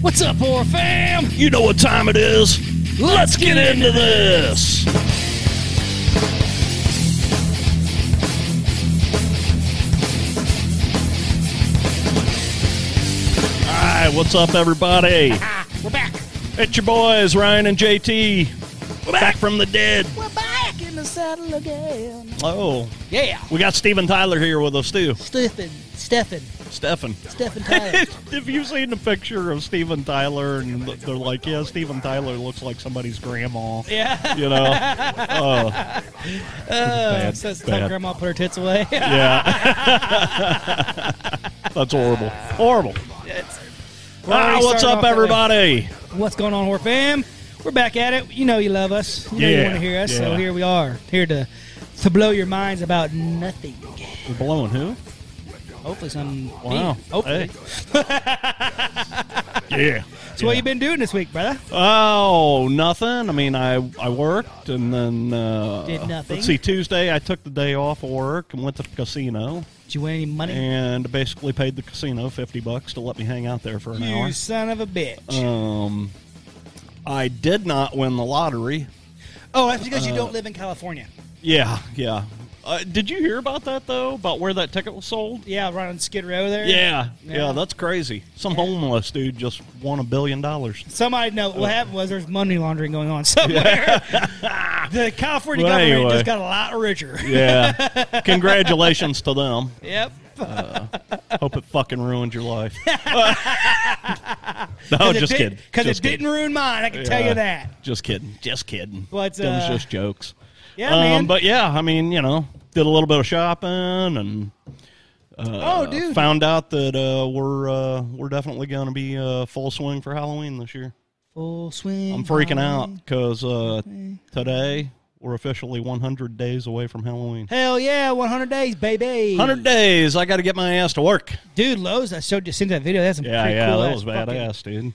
What's up, horror fam? You know what time it is. Let's get into this. All right, what's up, everybody? Ah, we're back. It's your boys, Ryan and JT. We're back from the dead. We're back in the saddle again. Oh, Yeah. we got Steven Tyler here with us, too. Stefan, Stefan, Stefan. Stefan Tyler. Have you seen the picture of Steven Tyler? And they're like, yeah, Steven Tyler looks like somebody's grandma. yeah. You know? Oh. Uh, Bad, so it's bad. like grandma put her tits away. Yeah. That's horrible. Horrible. It's- We're Ah, already what's starting up, off that way. everybody? What's going on, horror fam? We're back at it. You know you love us. You know you Yeah, want to hear us. So yeah. here we are, here to to blow your minds about nothing. We're blowing who? Hopefully, some deep. Wow. Hopefully. Yeah. So what you been doing this week, brother? Oh, nothing. I mean, I I worked and then uh, Did nothing. Let's see. Tuesday, I took the day off of work and went to the casino Did you win any money? and basically paid the casino fifty bucks to let me hang out there for an you hour. son of a bitch. Um, I did not win the lottery. oh, that's because uh, you don't live in California. Yeah, yeah. Uh, did you hear about that though? About where that ticket was sold? Yeah, right on Skid Row there. Yeah, yeah, Yeah. that's crazy. Some homeless dude just won a billion dollars. Somebody know what happened was there's money laundering going on somewhere. the California Well, government anyway. just got a lot richer. Yeah. Congratulations to them. Yep. Oh, Hope it fucking ruined your life. no, just kidding. Because it Just kidding. didn't ruin mine, I can tell you Yeah. that. Just kidding. Just kidding. But, Them was uh, just jokes. Um, Yeah, man. But yeah, I mean, you know, did a little bit of shopping and oh, uh, dude. found out that uh, we're uh, we're definitely going to be uh, full swing for Halloween this year. Full swing. I'm freaking out because uh, today we're officially 100 days away from Halloween. Hell yeah, 100 days, baby. 100 days. I got to get my ass to work. Dude, Lowe's, I showed you, sent that video. That's some Yeah, pretty yeah, cool that ass was fucking- badass, dude.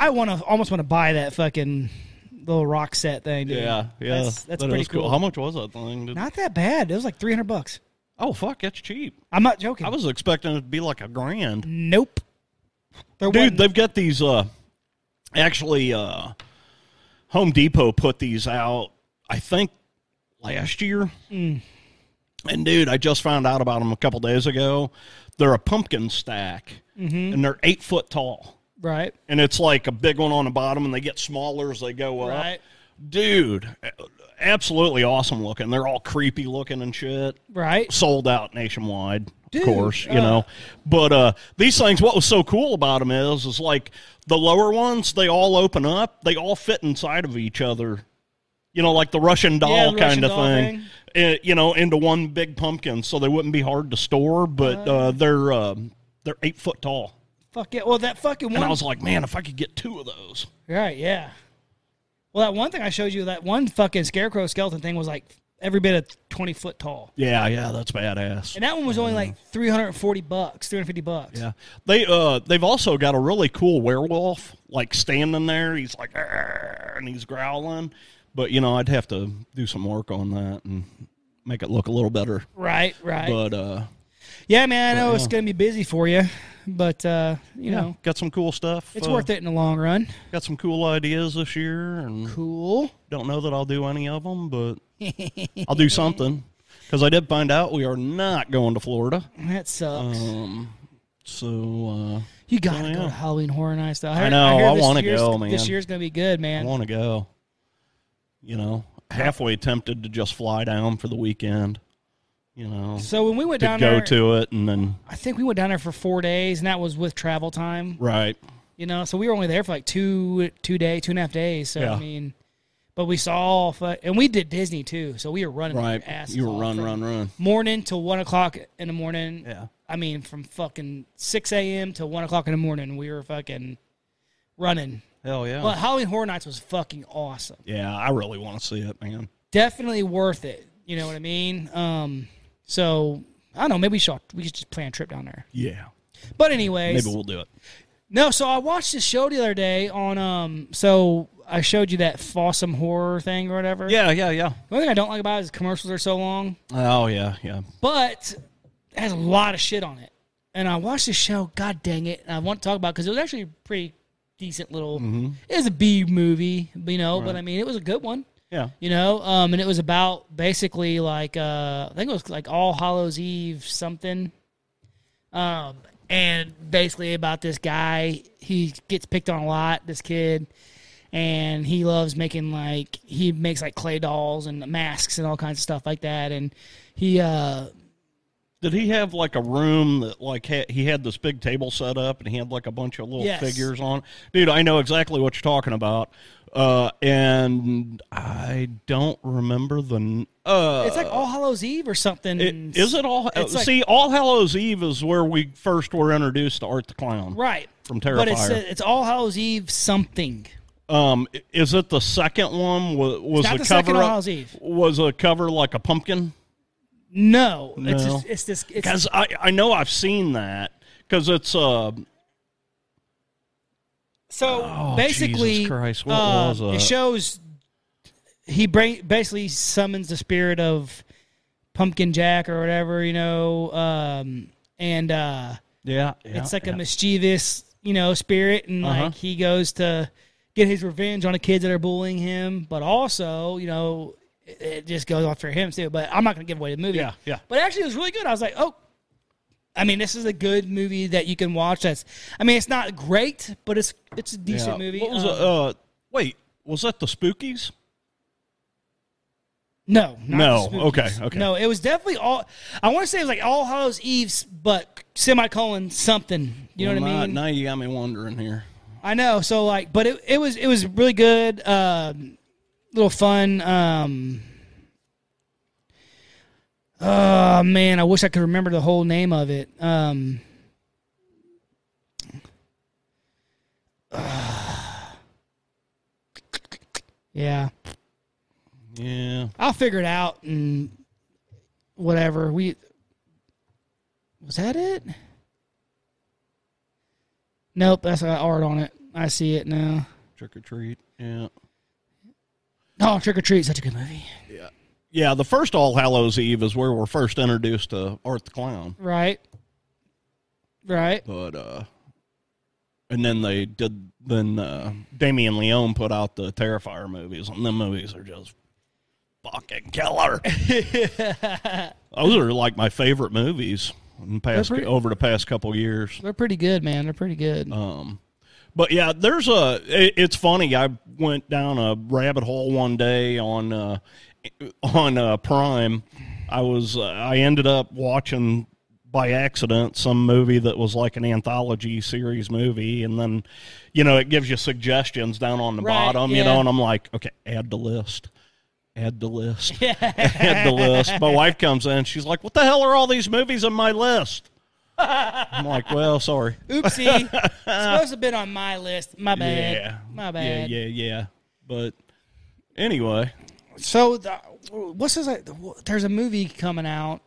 I want to almost want to buy that fucking little rock set thing, dude. Yeah, yeah, That's, that's that pretty was cool. How much was that thing? Did- Not that bad. It was like 300 bucks. oh fuck, that's cheap. I'm not joking. I was expecting it to be like a grand, Nope. There dude. wasn't- They've got these. uh Actually, uh Home Depot put these out. I think last year. And dude, I just found out about them a couple days ago. They're a pumpkin stack, and they're eight foot tall. right. and it's like a big one on the bottom, and they get smaller as they go up. Right. Dude, absolutely awesome looking. They're all creepy looking and shit. Right. Sold out nationwide, Dude, of course, you uh. know. But uh, these things, what was so cool about them is, is like the lower ones, they all open up, they all fit inside of each other. You know, like the Russian doll Yeah, the kind Russian of doll thing. Uh, you know, into one big pumpkin, so they wouldn't be hard to store. But uh, they're um they're eight foot tall, Fuck it. Well, that fucking and I one. was like, man, if I could get two of those. right. Yeah. Well, that one thing I showed you, that one fucking scarecrow skeleton thing was like every bit of 20 foot tall. Yeah, yeah, that's badass. And that one was only like 340 bucks, 350 bucks. Mm-hmm. Yeah, they uh they've also got a really cool werewolf like standing there. He's like "Arr," and he's growling, but you know I'd have to do some work on that and make it look a little better. Right. Right. But uh, yeah, man. I know it's going to be busy for you, but, uh, you know, got some cool stuff. it's worth uh, it in the long run. Got some cool ideas this year, and Cool. don't know that I'll do any of them, but I'll do something because I did find out we are not going to Florida. That sucks. Um, so uh, you got to oh, go yeah. to Halloween Horror Nights, though. I, heard, know, hear I this wanna year's- go, This man. year's going to be good, man. I want to go. You know, halfway tempted to just fly down for the weekend. You know, So when we went to down go there, to it and then I think we went down there for four days, and that was with travel time. right. You know, so we were only there for like two, two day, two and a half days. So I Yeah. mean, but we saw, fu- and we did Disney too. So we were running Right, our asses you were off run, from run, run. morning till one o'clock in the morning. Yeah. I mean, from fucking six a.m. till one o'clock in the morning, we were fucking running. Hell yeah. But Halloween Horror Nights was fucking awesome. yeah, I really want to see it, man. definitely worth it. You know what I mean? Um, so I don't know. Maybe we should we should just plan a trip down there. Yeah, But anyways, maybe we'll do it. no. So I watched this show the other day on um. So I showed you that Fossum horror thing or whatever. Yeah, yeah, yeah. The only thing I don't like about it is commercials are so long, Oh, yeah, yeah. but it has a lot of shit on it. And I watched this show, god dang it, and I want to talk about because it, was actually a pretty decent little. It was a B movie, you know, but I mean, it was a good one. Yeah. you know um, and it was about basically like uh, i think it was like all hallows eve something um, and basically about this guy he gets picked on a lot this kid and he loves making like he makes like clay dolls and masks and all kinds of stuff like that and he uh Did he have like a room that like had, he had this big table set up and he had like a bunch of little Yes. figures on? it? Dude, I know exactly what you're talking about. Uh, and I don't remember the. n- Uh, it's like all hallows eve or something it, is it all? It's like- see, All Hallows Eve is where we first were introduced to Art the Clown. right From but it's uh, Terrifier. it's all hallows eve something Um, i- is it the second one? Was, was not a cover the second All up- Hallows Eve. Was a cover like a pumpkin? no, it's No. just, it's this it's Because I, I know I've seen that because it's uh So Oh, basically, Jesus Christ, what uh, was that? it shows he bring, basically summons the spirit of Pumpkin Jack or whatever you know, um, and uh, yeah, yeah, it's like yeah. a mischievous you know spirit, and Uh-huh. like he goes to get his revenge on the kids that are bullying him, but also you know it, it just goes after him too. But I'm not going to give away the movie. Yeah, yeah. But actually, it was really good. I was like, oh. I mean, this is a good movie that you can watch. That's, I mean, it's not great, but it's it's a decent Yeah. movie. What was Um, it? Uh, wait, was that the Spookies? No, not No, the Spookies. okay, okay. No, it was definitely all. I want to say it was like All Hallows Eve's, but semicolon something. You know what I mean? Now you got me wondering here. I know. So like, but it, it was it was really good. Um, little fun. Um, oh man, I wish I could remember the whole name of it. Um, yeah. Yeah, I'll figure it out and whatever. We was that it? Nope, that's got art on it. I see it now. trick or treat. Yeah, Oh, Trick or Treat, such a good movie, yeah. The first All Hallows Eve is where we're first introduced to Art the Clown, right? Right. but uh, and then they did. Then uh, Damien Leone put out the Terrifier movies, and the movies are just fucking killer. Those are like my favorite movies. In past, pretty- over the past couple years, They're pretty good, man. They're pretty good. Um, but yeah, there's a. it- it's funny. I went down a rabbit hole one day on uh, on uh, Prime. I was uh, I ended up watching by accident some movie that was like an anthology series movie, and then you know it gives you suggestions down on the Right, bottom. You yeah. know, and I'm like, okay, add to list. Add to list. add to list. My wife comes in. She's like, "What the hell are all these movies on my list?" I'm like, "Well, sorry." Oopsie. It's supposed to have been on my list. My bad. Yeah. My bad. Yeah, yeah, yeah. But anyway, So, the, what's this? Like, there's a movie coming out.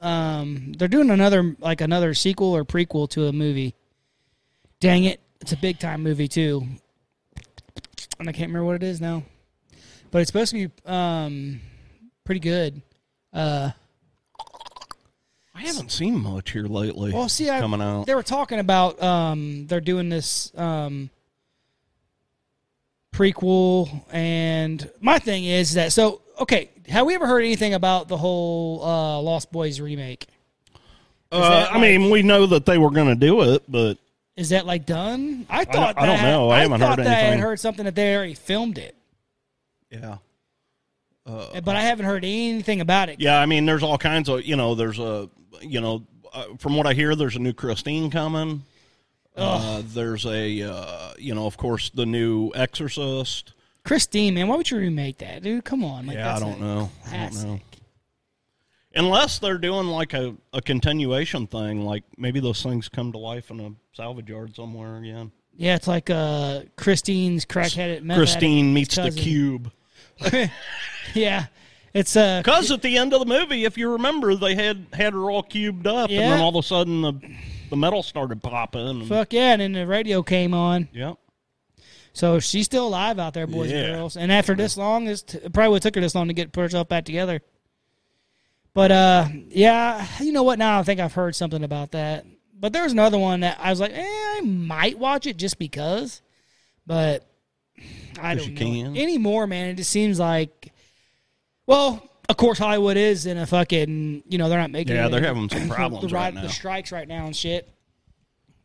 Um, they're doing another like another sequel or prequel to a movie. Dang it! It's a big time movie too, and I can't remember what it is now. But it's supposed to be um pretty good. Uh, I haven't seen much here lately. well, see, I, coming out. They were talking about um they're doing this um prequel and my thing is that so okay, have we ever heard anything about the whole uh Lost Boys remake? Uh, I mean, we know that they were going to do it, but Is that like done? I thought I don't that- know. I haven't thought heard that I had anything. heard something that they already filmed it, yeah, but I haven't heard anything about it. yeah. I mean, there's all kinds of you know. There's a you know, uh, from what I hear, there's a new Christine coming. Uh, there's a uh, you know, of course, the new Exorcist. Christine, man, why would you remake that, dude? Come on, like, Yeah, I that's don't a know. I don't classic. know. Unless they're doing like a, a continuation thing, like maybe those things come to life in a salvage yard somewhere again. Yeah, it's like uh, Christine's crackheaded. meth Christine addict meets the cousin. cube. Yeah, it's uh, Because at the end of the movie, if you remember, they had had her all cubed up, and Yeah. then all of a sudden the the metal started popping. And, Fuck yeah, and then the radio came on. Yep. So she's still alive out there, boys Yeah. and girls. And after this long, it's t- it probably would took her this long to get herself back together. But uh, yeah, you know what? Now I think I've heard something about that. But there's another one that I was like, eh, I might watch it just because. But I 'Cause don't you know can. anymore, man. It just seems like, well, of course Hollywood is in a fucking, you know, they're not making. Yeah, it. they're having some The- problems the, right ri- now. The strikes right now and shit.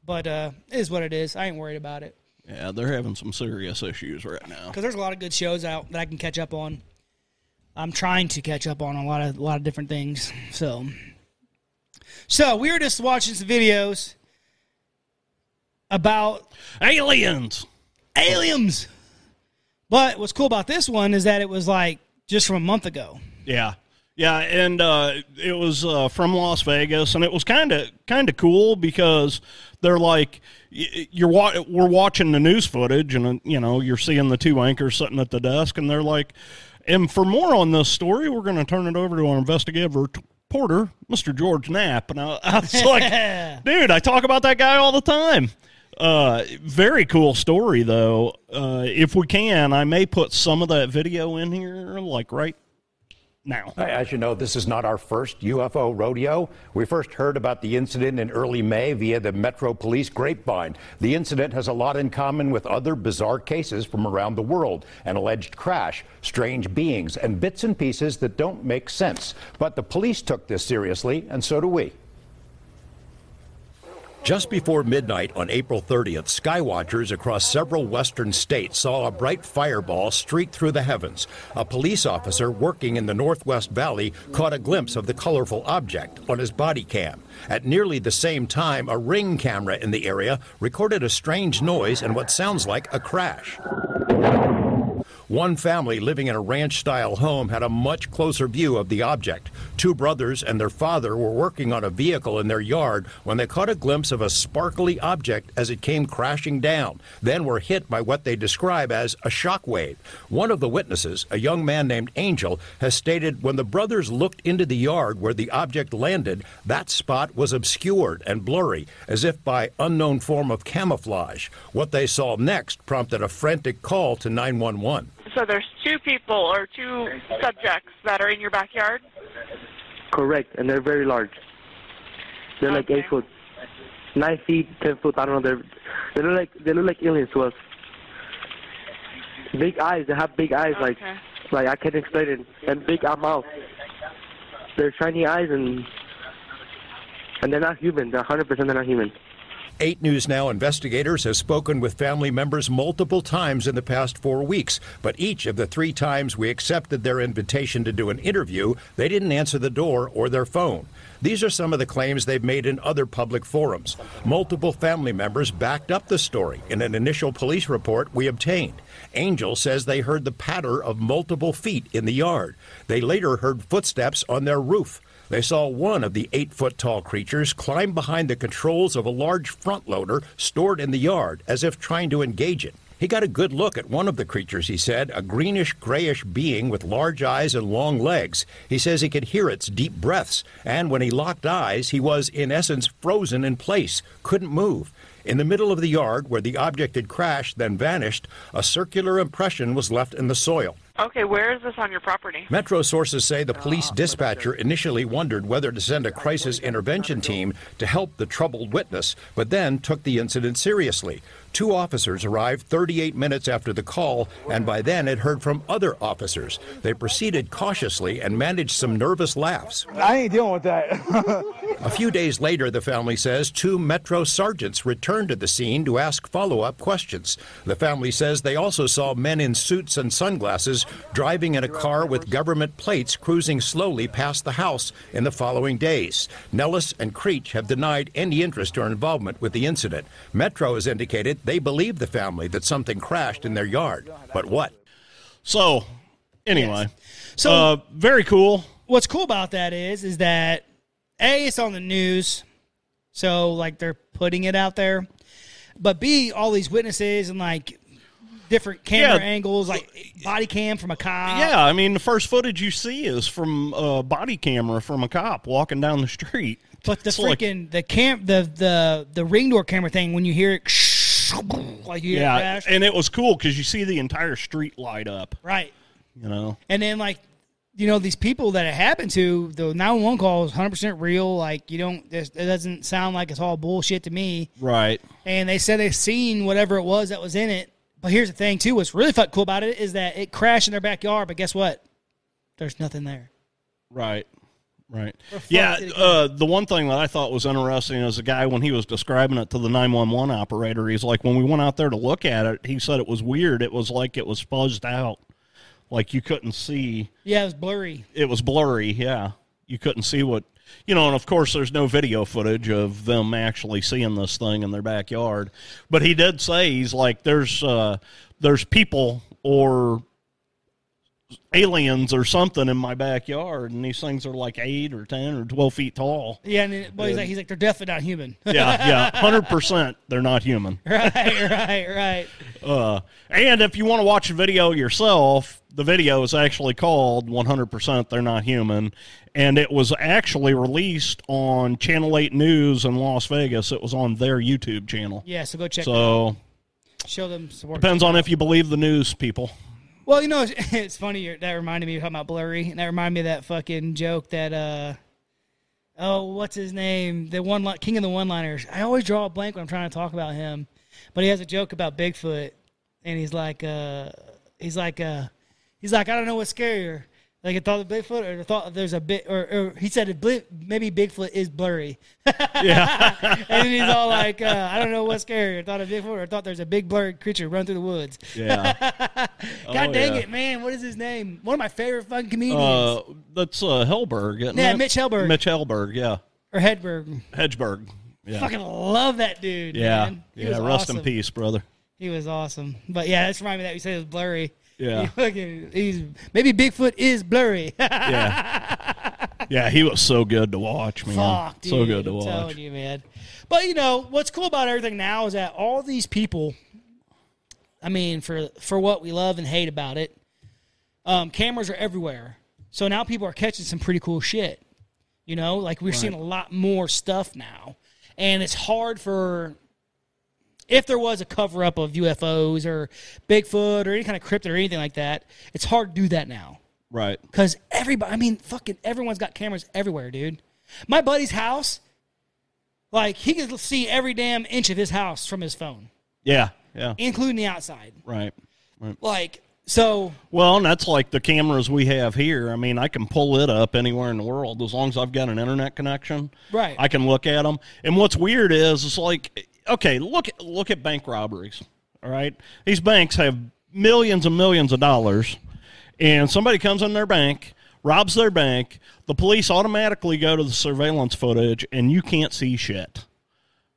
But uh, it is what it is. I ain't worried about it. Yeah, they're having some serious issues right now. because there's a lot of good shows out that I can catch up on. I'm trying to catch up on a lot of a lot of different things. So, so we were just watching some videos about Aliens. aliens. But what's cool about this one is that it was like just from a month ago. Yeah. Yeah, and uh, it was uh, from Las Vegas, and it was kind of kind of cool because they're like, y- you're wa- we're watching the news footage, and uh, you know you're seeing the two anchors sitting at the desk, and they're like, and for more on this story, we're going to turn it over to our investigative reporter, Mr. George Knapp, and I, I was like, dude, I talk about that guy all the time. Uh, very cool story though. Uh, if we can, I may put some of that video in here, like right now. As you know, this is not our first UFO rodeo. We first heard about the incident in early May via the Metro Police grapevine. The incident has a lot in common with other bizarre cases from around the world an alleged crash, strange beings, and bits and pieces that don't make sense. But the police took this seriously, and so do we. Just before midnight on April 30th, skywatchers across several western states saw a bright fireball streak through the heavens. A police officer working in the Northwest Valley caught a glimpse of the colorful object on his body cam. At nearly the same time, a ring camera in the area recorded a strange noise and what sounds like a crash. One family living in a ranch style home had a much closer view of the object. Two brothers and their father were working on a vehicle in their yard when they caught a glimpse of a sparkly object as it came crashing down, then were hit by what they describe as a shockwave. One of the witnesses, a young man named Angel, has stated when the brothers looked into the yard where the object landed, that spot was obscured and blurry, as if by unknown form of camouflage. What they saw next prompted a frantic call to 911. So there's two people or two subjects that are in your backyard. Correct, and they're very large. They're like Okay. eight foot, nine feet, ten foot. I don't know. They're they look like they look like aliens to us. Big eyes. They have big eyes. Like Okay. like I can't explain it. And big uh, mouth. They're shiny eyes and and they're not human. They're hundred percent. They're not human. 8 News Now investigators have spoken with family members multiple times in the past four weeks, but each of the three times we accepted their invitation to do an interview, they didn't answer the door or their phone. These are some of the claims they've made in other public forums. Multiple family members backed up the story in an initial police report we obtained. Angel says they heard the patter of multiple feet in the yard. They later heard footsteps on their roof. They saw one of the eight foot tall creatures climb behind the controls of a large front loader stored in the yard as if trying to engage it. He got a good look at one of the creatures, he said, a greenish grayish being with large eyes and long legs. He says he could hear its deep breaths, and when he locked eyes, he was, in essence, frozen in place, couldn't move. In the middle of the yard where the object had crashed, then vanished, a circular impression was left in the soil. Okay, where is this on your property? Metro sources say the police dispatcher initially wondered whether to send a crisis intervention team to help the troubled witness, but then took the incident seriously. Two officers arrived 38 minutes after the call, and by then had heard from other officers. They proceeded cautiously and managed some nervous laughs. I ain't dealing with that. A few days later, the family says two Metro sergeants returned to the scene to ask follow up questions. The family says they also saw men in suits and sunglasses driving in a car with government plates cruising slowly past the house in the following days. Nellis and Creech have denied any interest or involvement with the incident. Metro has indicated they believe the family that something crashed in their yard. But what? So, anyway, So uh, very cool. what's cool about that is is that a it's on the news so like they're putting it out there but b all these witnesses and like different camera Yeah. angles like body cam from a cop yeah, I mean, the first footage you see is from a body camera from a cop walking down the street. but the It's like- freaking the camp the the the ring door camera thing when you hear it like you hear yeah. Yeah, crash. and it was cool because you see the entire street light up. right. You know, And then like you know these people that it happened to, the nine one call is hundred percent real. Like you don't, there's- it doesn't sound like it's all bullshit to me. right? And they said they've seen whatever it was that was in it. But here's the thing too: what's really fuck cool about it is that it crashed in their backyard. But guess what? There's nothing there. Right. Right. fuck Yeah. did it go? Uh, the one thing that I thought was interesting is the guy, when he was describing it to the 911 operator, he's like, when we went out there to look at it, he said it was weird. It was like it was fuzzed out. Like you couldn't see. Yeah, it was blurry. It was blurry. Yeah. You couldn't see what, you know, and of course, there's no video footage of them actually seeing this thing in their backyard. But he did say, he's like, there's, uh, there's people or aliens or something in my backyard, and these things are like eight or ten or twelve feet tall. Yeah, and then, but he's like, he's like, they're definitely not human. Yeah, yeah, hundred percent. They're not human. right, right, right. Uh, and if you want to watch a video yourself, the video is actually called "100% They're Not Human," and it was actually released on Channel Eight News in Las Vegas. It was on their YouTube channel. Yeah, so go check. So Show them support. depends on if you believe the news, people. Well, you know, it's, it's funny. you're- That reminded me of talking about blurry, and that reminded me of that fucking joke that, uh, oh, what's his name? The one li- king of the one liners. I always draw a blank when I'm trying to talk about him, but he has a joke about Bigfoot, and he's like, uh, he's like, uh, he's like, I don't know what's scarier. Like a thought of Bigfoot, or the thought of there's a bit, or, or he said it bli- maybe Bigfoot is blurry, and then he's all like, uh, I don't know what's scarier, thought of Bigfoot, or thought there's a big blurred creature run through the woods. Yeah. God Oh, dang yeah. it, man. What is his name? One of my favorite fucking comedians. Uh, that's uh, Hellberg. isn't Yeah, it? Mitch Hellberg. Mitch Hellberg. Yeah. or Hedberg. Hedgeberg. Yeah. Fucking love that dude. yeah. Man. He yeah. was Rest in awesome. peace, brother. He was awesome. But yeah, that's reminded me of that you said it was blurry. Yeah. He fucking, he's maybe Bigfoot is blurry. Yeah. yeah, he was so good to watch, man. Fuck, dude. so good to I'm watch. telling you, man. But you know what's cool about everything now is that all these people. I mean, for for what we love and hate about it, um, cameras are everywhere. So now people are catching some pretty cool shit. You know, like we're seeing a lot more stuff now, and it's hard for. If there was a cover up of UFOs or Bigfoot or any kind of cryptid or anything like that, it's hard to do that now. Right. Cause everybody, I mean, fucking everyone's got cameras everywhere, dude. My buddy's house, like he can see every damn inch of his house from his phone, Yeah. Yeah. including the outside. Right. Like, so Well, and that's like the cameras we have here. I mean, I can pull it up anywhere in the world as long as I've got an internet connection. Right. I can look at them. And what's weird is it's like okay, look at look at bank robberies. All right. These banks have millions and millions of dollars and somebody comes in their bank, robs their bank, the police automatically go to the surveillance footage and you can't see shit.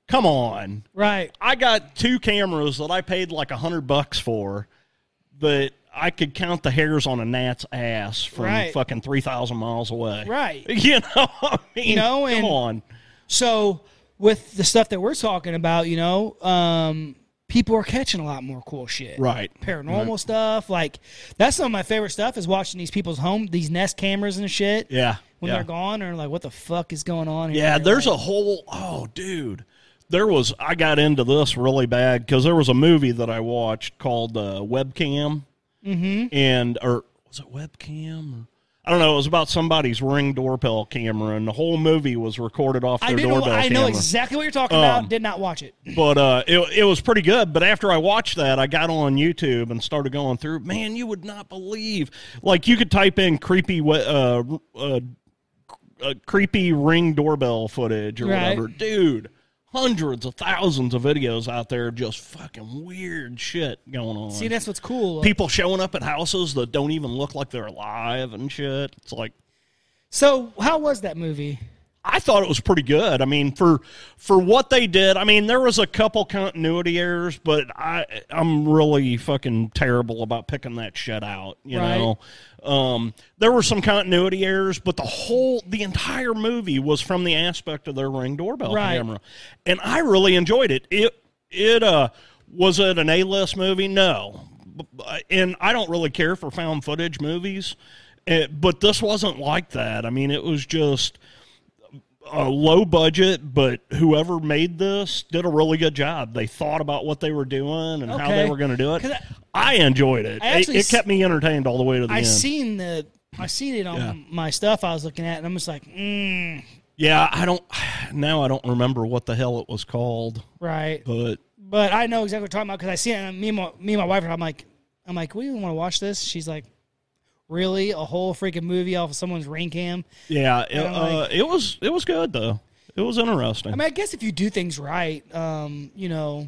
Come on. right, I got two cameras that I paid like a hundred bucks for that I could count the hairs on a gnat's ass from Right. fucking three thousand miles away. Right. You know, I mean, You know, come and- on. so with the stuff that we're talking about, you know, um, people are catching a lot more cool shit, Right. Paranormal stuff, like that's some of my favorite stuff is watching these people's home, these Nest cameras and shit. Yeah. when yeah. they're gone, or like, what the fuck is going on? Here? Yeah, there's a whole oh dude. There was I got into this really bad because there was a movie that I watched called uh, Webcam, mm-hmm. and or was it Webcam? Or, I don't know. It was about somebody's ring doorbell camera, and the whole movie was recorded off their I, didn't, doorbell Um, know- I know camera. exactly what you're talking about. Did not watch it. but uh, it, it was pretty good. But after I watched that, I got on YouTube and started going through. Man, you would not believe. Like you could type in creepy, we- uh, uh, uh, creepy ring doorbell footage or Right. whatever, dude. Hundreds of thousands of videos out there, of just fucking weird shit going on. See, that's what's cool. People showing up at houses that don't even look like they're alive and shit. It's like So, how was that movie? I thought it was pretty good. I mean, for for what they did, I mean, there was a couple continuity errors, but I I'm really fucking terrible about picking that shit out. You Right. know, um, there were some continuity errors, but the whole the entire movie was from the aspect of their ring doorbell Right. camera, and I really enjoyed it. It it uh was it an A list movie? No, B- b- and I don't really care for found footage movies, eh, but this wasn't like that. I mean, it was just a low budget, but whoever made this did a really good job. They thought about what they were doing and how they Okay. were going to do it. 'Cause I- I, enjoyed it. It- I actually it, s- kept me entertained all the way to the I end. seen the I seen it on Yeah. my stuff I was looking at, and I'm just like, mm, yeah, I don't. Now I don't remember what the hell it was called, right. but But I know exactly what you're talking about because I see it. And me and my, me and my wife, I'm like, I'm like, we want to watch this. She's like, really, a whole freaking movie off of someone's ring cam. yeah, it, Kinda uh, like- it was it was good though. It was interesting. I mean, I guess if you do things right, um, you know,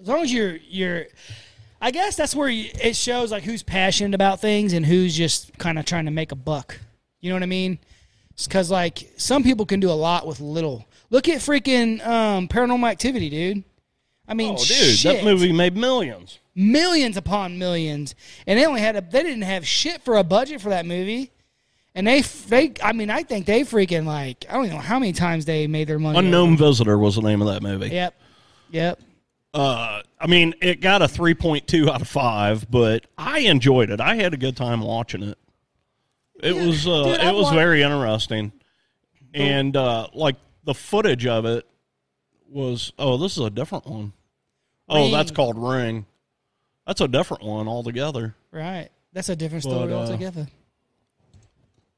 as long as you're you're, I guess that's where you, it shows like who's passionate about things and who's just kind of trying to make a buck. You know what I mean? Because like some people can do a lot with little. Look at freaking um, Paranormal Activity, dude. I mean, oh, dude, shit. that movie made millions. millions upon millions, and they only had a they didn't have shit for a budget for that movie, and they they I mean I think they freaking like I don't know how many times they made their money. Unknown Visitor was the name of that movie. Yep, yep. Uh, I mean, it got a three point two out of five, but I enjoyed it. I had a good time watching it. It was uh, dude, I it was wa- very interesting, and uh, like the footage of it was oh, this is a different one. Oh, that's Ring. called Ring. That's a different one altogether. Right, that's a different But, story uh, altogether.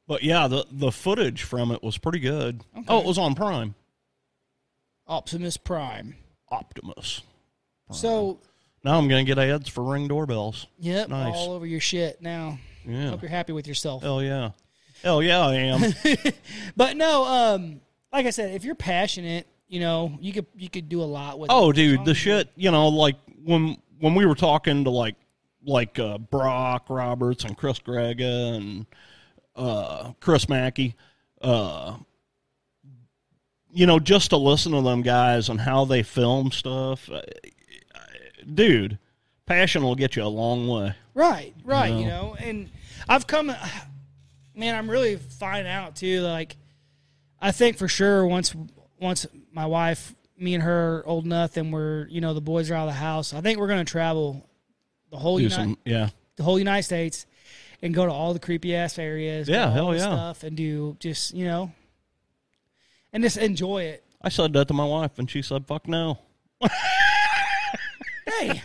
But yeah, the the footage from it was pretty good. Oh, it was on Prime. Optimus Prime. Optimus. So Now I'm gonna get ads for Ring doorbells. yep, Nice. all over your shit now. Yeah. Oh. Hope you're happy with yourself. Hell yeah. Hell yeah, I am. But no, um, like I said, if you're passionate, you know you could you could do a lot with. Oh, it. dude, the shit. You know, like when when we were talking to like like uh, Brock Roberts and Chris Grega and uh, Chris Mackey, uh, you know, just to listen to them guys and how they film stuff, uh, dude, passion will get you a long way. Right, right. You know, and I've come, man. I'm really finding out too. Like, I think for sure once once my wife, me and her, are old enough, and we're you know the boys are out of the house. I think we're gonna travel the whole Do United, some, yeah. the whole United States, and go to all the creepy ass areas. do Yeah, all hell the yeah. Stuff and do just you know, and just enjoy it. I said that to my wife, and she said, "Fuck no." Hey.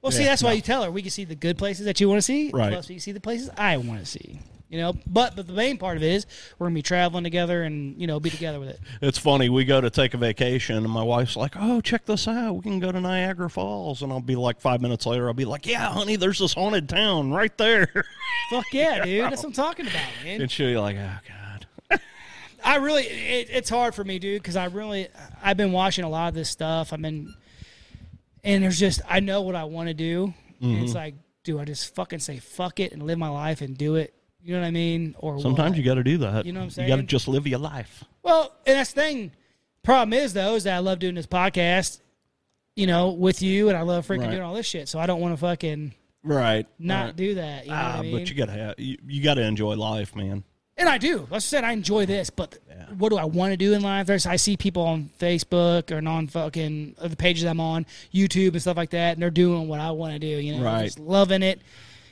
Well, see, that's why you tell her we can see the good places that you want to see, Right. plus we can see the places I want to see. You know, but but the main part of it is we're gonna be traveling together and you know be together with it. It's funny. We go to take a vacation, and my wife's like, "Oh, check this out. We can go to Niagara Falls." And I'll be like, five minutes later, I'll be like, "Yeah, honey, there's this haunted town right there." Fuck yeah, dude, that's what I'm talking about, man. and she'll be like, "Oh God." I really, it, it's hard for me, dude, because I really I've been watching a lot of this stuff. I've been, and there's just I know what I want to do, and Mm-hmm. it's like, do I just fucking say fuck it and live my life and do it? You know what I mean? Or Sometimes what? you got to do that. You know what I'm You got to saying? just live your life. Well, and that's the thing. Problem is though, is that I love doing this podcast, you know, with you, and I love freaking Right. doing all this shit. So I don't want to fucking Right. not do that. You know what Ah, I mean? but you got to have you, you got to enjoy life, man. and I do. Like I said, I enjoy this, but what do I want to do in life? There's I see people on Facebook or on fucking uh, the pages I'm on, YouTube and stuff like that, and they're doing what I want to do. You know, Right. just loving it,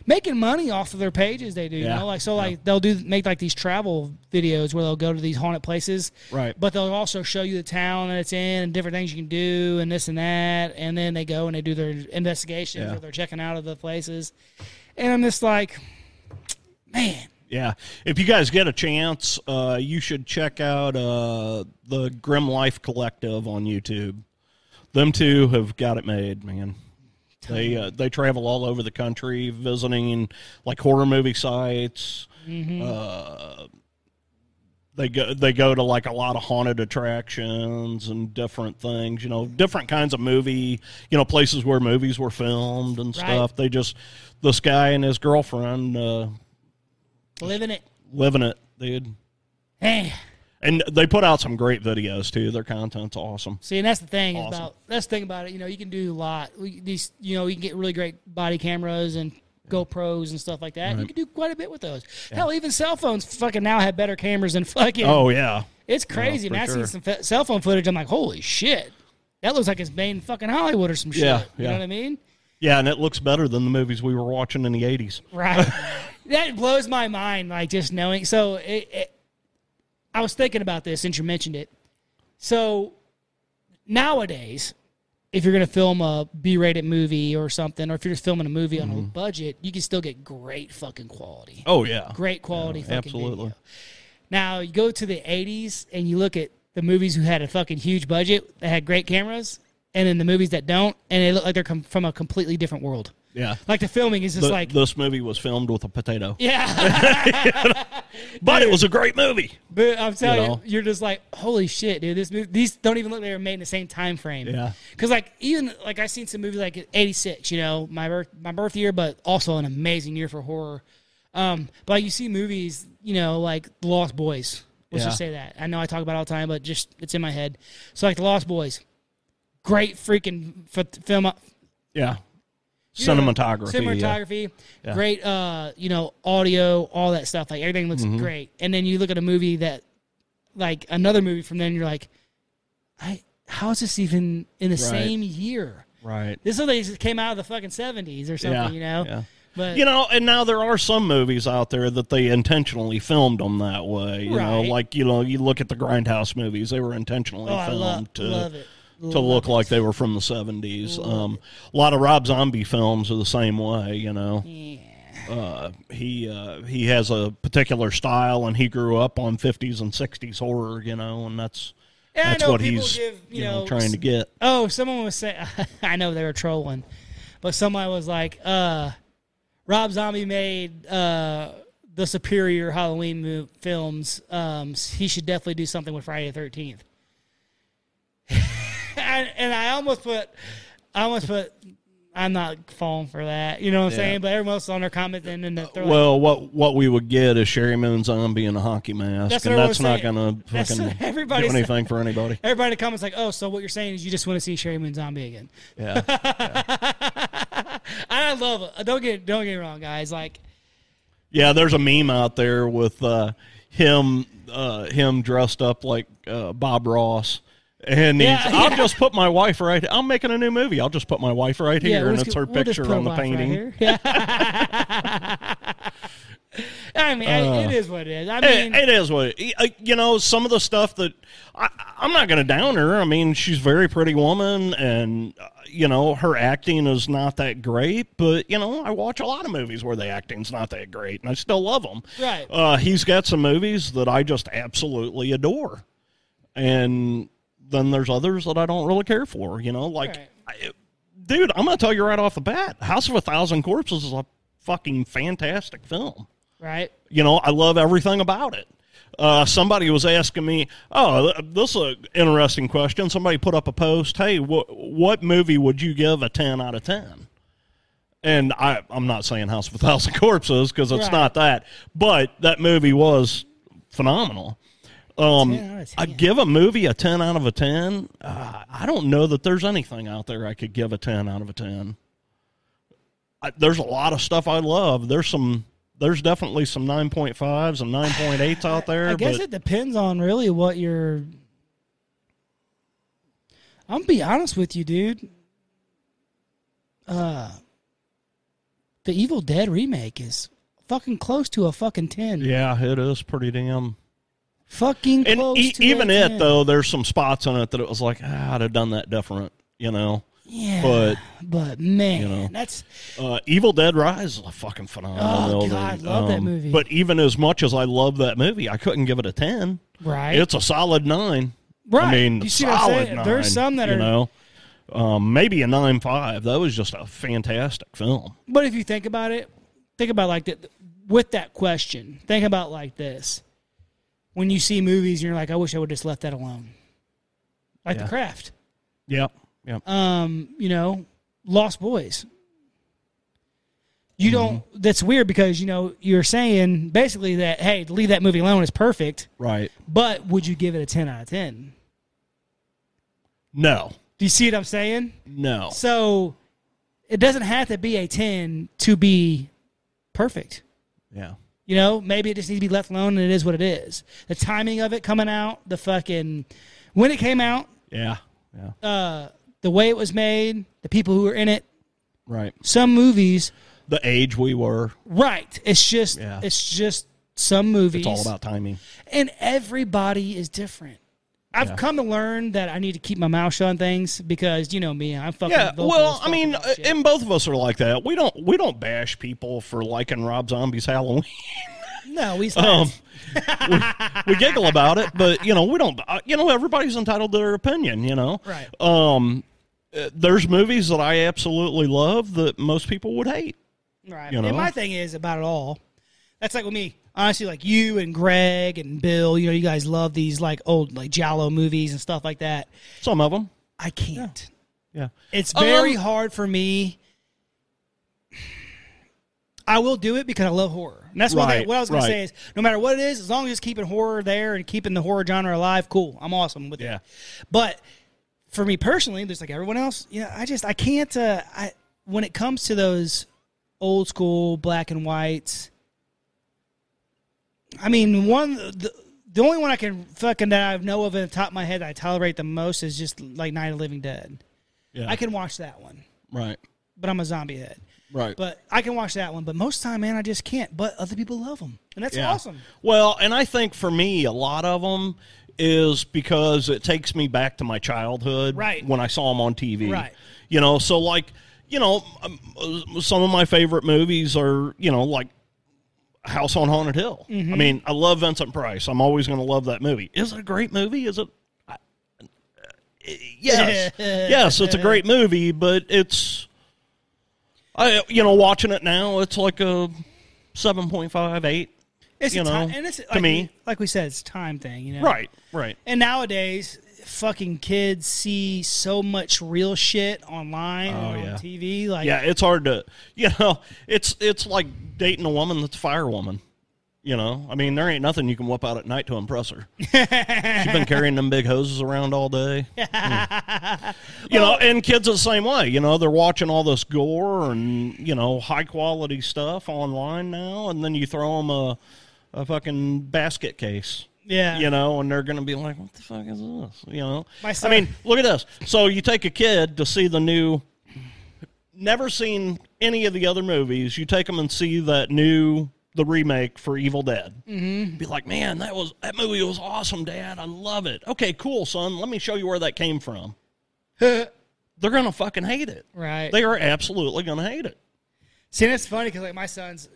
making money off of their pages. They do, you Yeah. know, like so, like they'll do make like these travel videos where they'll go to these haunted places, Right. But they'll also show you the town that it's in and different things you can do and this and that, and then they go and they do their investigations Yeah. or they're checking out of the places, and I'm just like, man. Yeah. If you guys get a chance, uh, you should check out uh, the Grim Life Collective on YouTube. Them two have got it made, man. They uh, they travel all over the country visiting like horror movie sites. Uh, they go they go to like a lot of haunted attractions and different things, you know, different kinds of movie, you know, places where movies were filmed and Right. stuff. They just this guy and his girlfriend uh, Living it. living it, dude. Hey. And they put out some great videos too. Their content's awesome. See, and that's the thing is Awesome. about that's the thing about it. You know, you can do a lot. We, these, you know, you can get really great body cameras and GoPros and stuff like that. You can do quite a bit with those. Hell, even cell phones fucking now have better cameras than fucking. Oh yeah, it's crazy. for man, I sure. seen some fe- cell phone footage. I'm like, holy shit, that looks like it's made in fucking Hollywood or some shit. Yeah, You know yeah. what I mean? Yeah, and it looks better than the movies we were watching in the 80s. Right. that blows my mind, like just knowing. So it, it, I was thinking about this since you mentioned it. So nowadays, if you're going to film a B rated movie or something, or if you're just filming a movie on a budget, you can still get great fucking quality. Mm-hmm. Oh, yeah. Great quality fucking absolutely. video. Now, you go to the 80s and you look at the movies who had a fucking huge budget that had great cameras, and then the movies that don't, and they look like they're com- from a completely different world. Yeah. Like the filming is just Th- like this movie was filmed with a potato, yeah, but it was a great movie. but I'm telling you, You know? you're just like, holy shit, dude! This movie, these don't even look like they were made in the same time frame. Yeah. because like even like I seen some movies like '86, you know, my birth my birth year, but also an amazing year for horror. Um, but like, you see movies, you know, like The Lost Boys. Let's Yeah. just say that. I know I talk about it all the time, but just it's in my head. So like The Lost Boys, great freaking f- film Yeah, you know, cinematography. yeah. cinematography, great, uh, you know, audio, all that stuff. Like everything Mm-hmm. looks great. And then you look at a movie that, like another movie from then, you're like, I how is this even in the same year? Right. This is they came out of the fucking seventies or something, Yeah, you know. yeah. But You know, and now there are some movies out there that they intentionally filmed them that way. You know, Right. like you know, you look at the Grindhouse movies; they were intentionally oh, I filmed love, to love it. to look like they were from the seventies. Um, a lot of Rob Zombie films are the same way. You know, uh, he uh, he has a particular style, and he grew up on fifties and sixties horror. You know, and that's Yeah, I that's know what people he's give, you you know know, trying to get. Oh, someone was saying, I know they were trolling, but someone was like, uh, Rob Zombie made uh, the superior Halloween mo- films. Um, he should definitely do something with Friday the 13th. and, and I almost put, I almost put, I'm not falling for that. You know what I'm saying? But everyone else on their comment then, and they're like, Well, what what we would get is Sherry Moon zombie in a hockey mask, That's and what I that's was not saying. going to That's fucking what do everybody's saying. anything for anybody. everybody in the comments like, oh, so what you're saying is you just want to see Sherry Moon Zombie again. Yeah, I love it. Don't get, don't get me wrong, guys. Like, yeah. There's a meme out there with uh, him uh, him dressed up like uh, Bob Ross. And he's, Yeah, I'll yeah. just put my wife right. I'm making a new movie. I'll just put my wife right here, we'll and just it's get- her we'll just picture put on the one right painting. here. Yeah. I mean, I- Uh. it is what it is. I mean, It, it is what it- uh, you know. Some of the stuff that I, I'm not going to down her. I mean, she's a very pretty woman, and uh, you know her acting is not that great. But you know, I watch a lot of movies where the acting's not that great, and I still love them. Right. Uh, he's got some movies that I just absolutely adore, and then there's others that I don't really care for. You know, like, Right. I, dude, I'm going to tell you right off the bat, House of a Thousand Corpses is a fucking fantastic film right? you know i love everything about it uh, somebody was asking me oh th- this is an interesting question somebody put up a post hey wh- what movie would you give a 10 out of 10 and I, i'm not saying house of a thousand corpses because it's Right. not that but that movie was phenomenal um, 10 out of I 10. give a movie a 10 out of a 10. Uh, I don't know that there's anything out there I could give a 10 out of a 10. I, there's a lot of stuff I love. There's some. There's definitely some 9.5s and 9.8s out there. I guess but it depends on really what you're. I'm gonna be honest with you, dude. Uh, the Evil Dead remake is fucking close to a fucking ten. yeah, it is pretty damn. Fucking And close. e- to even a it 10. though, there's some spots on it that it was like ah, I'd have done that different, you know. Yeah, but, but man, know. that's Uh, Evil Dead Rise is a fucking Oh, phenomenal. God, I movie. love that movie. But even as much as I love that movie, I couldn't give it a ten. right. It's a solid nine. Right. I mean, You see what I'm solid saying? nine. There's some that you are- know, um, maybe a nine five. That was just a fantastic film. But if you think about it, think about like that with that question. Think about like this: when you see movies, and you're like, "I wish I would just left that alone." Like The Yeah. Craft, Yep. Yep. um, you know, Lost Boys. You don't. That's weird because you know you're saying basically that hey, to leave that movie alone is perfect, right. but would you give it a ten out of ten? No. Do you see what I'm saying? No. So it doesn't have to be a ten to be perfect. Yeah. You know, maybe it just needs to be left alone, and it is what it is. The timing of it coming out, the fucking when it came out, Yeah. Yeah. uh, the way it was made, the people who were in it, Right. Some movies, The age we were. right? It's just Yeah. it's just some It's movies. all about timing. and everybody is different. I've come to learn that I need to keep my mouth shut on things because you know me, I'm fucking. Yeah. vocal as Well, fuck I mean, uh, about shit. and both of us are like that. We don't we don't bash people for liking Rob Zombie's Halloween. no, he's Um, we, we giggle about it, but you know we don't. uh, You know everybody's entitled to their opinion. You know, Right. Um, uh, there's movies that I absolutely love that most people would hate. Right. You know? And my thing is about it all. That's like with me. Honestly, like you and Greg and Bill, you know, you guys love these like old like Jallo movies and stuff like that. Some of them, I can't. yeah. It's very Um, hard for me. I will do it because I love horror. And that's one thing. Right, What I was going right. to say is no matter what it is, as long as it's keeping horror there and keeping the horror genre alive, cool. I'm awesome with Yeah. it. But for me personally, just like everyone else, you know, I just, I can't, uh, I, when it comes to those old school black and whites, I mean, one, the, the only one I can fucking that I know of in the top of my head that I tolerate the most is just like Night of the Living Dead. Yeah. I can watch that one, Right. but I'm a zombie head. Right. But I can watch that one, but most time, man, I just can't. But other people love them, and that's Yeah. awesome. Well, and I think for me, a lot of them is because it takes me back to my childhood Right. when I saw them on TV. Right. You know, so like, you know, um, uh, some of my favorite movies are, you know, like House on Haunted Hill. Mm-hmm. I mean, I love Vincent Price. I'm always going to love that movie. Is it a great movie? Is it? I- uh, Yes, yes, it's a great movie, but it's, I you know, watching it now, it's like a seven point five eight. It's You a time, know, and it's to like, me. like we said, it's a time thing, you know. Right, right. And nowadays, fucking kids see so much real shit online, and on Oh, yeah. TV. Like, Yeah, it's hard to you know, it's it's like dating a woman that's a fire woman. You know, I mean, there ain't nothing you can whip out at night to impress her. She's been carrying them big hoses around all day. Mm. You know, and kids are the same way. You know, they're watching all this gore and you know high quality stuff online now, and then you throw them a a fucking basket case. Yeah. you know, and they're going to be like, "What the fuck is this?" You know, My son- I mean, look at this. So you take a kid to see the new never seen any of the other movies, you take them and see that new the remake for Evil Dead. Mm-hmm. Be like, man, that was that movie was awesome, Dad. I love it. Okay, cool, son. Let me show you where that came from. They're gonna fucking hate it. Right. They are absolutely gonna hate it. See, and it's funny because like my sons,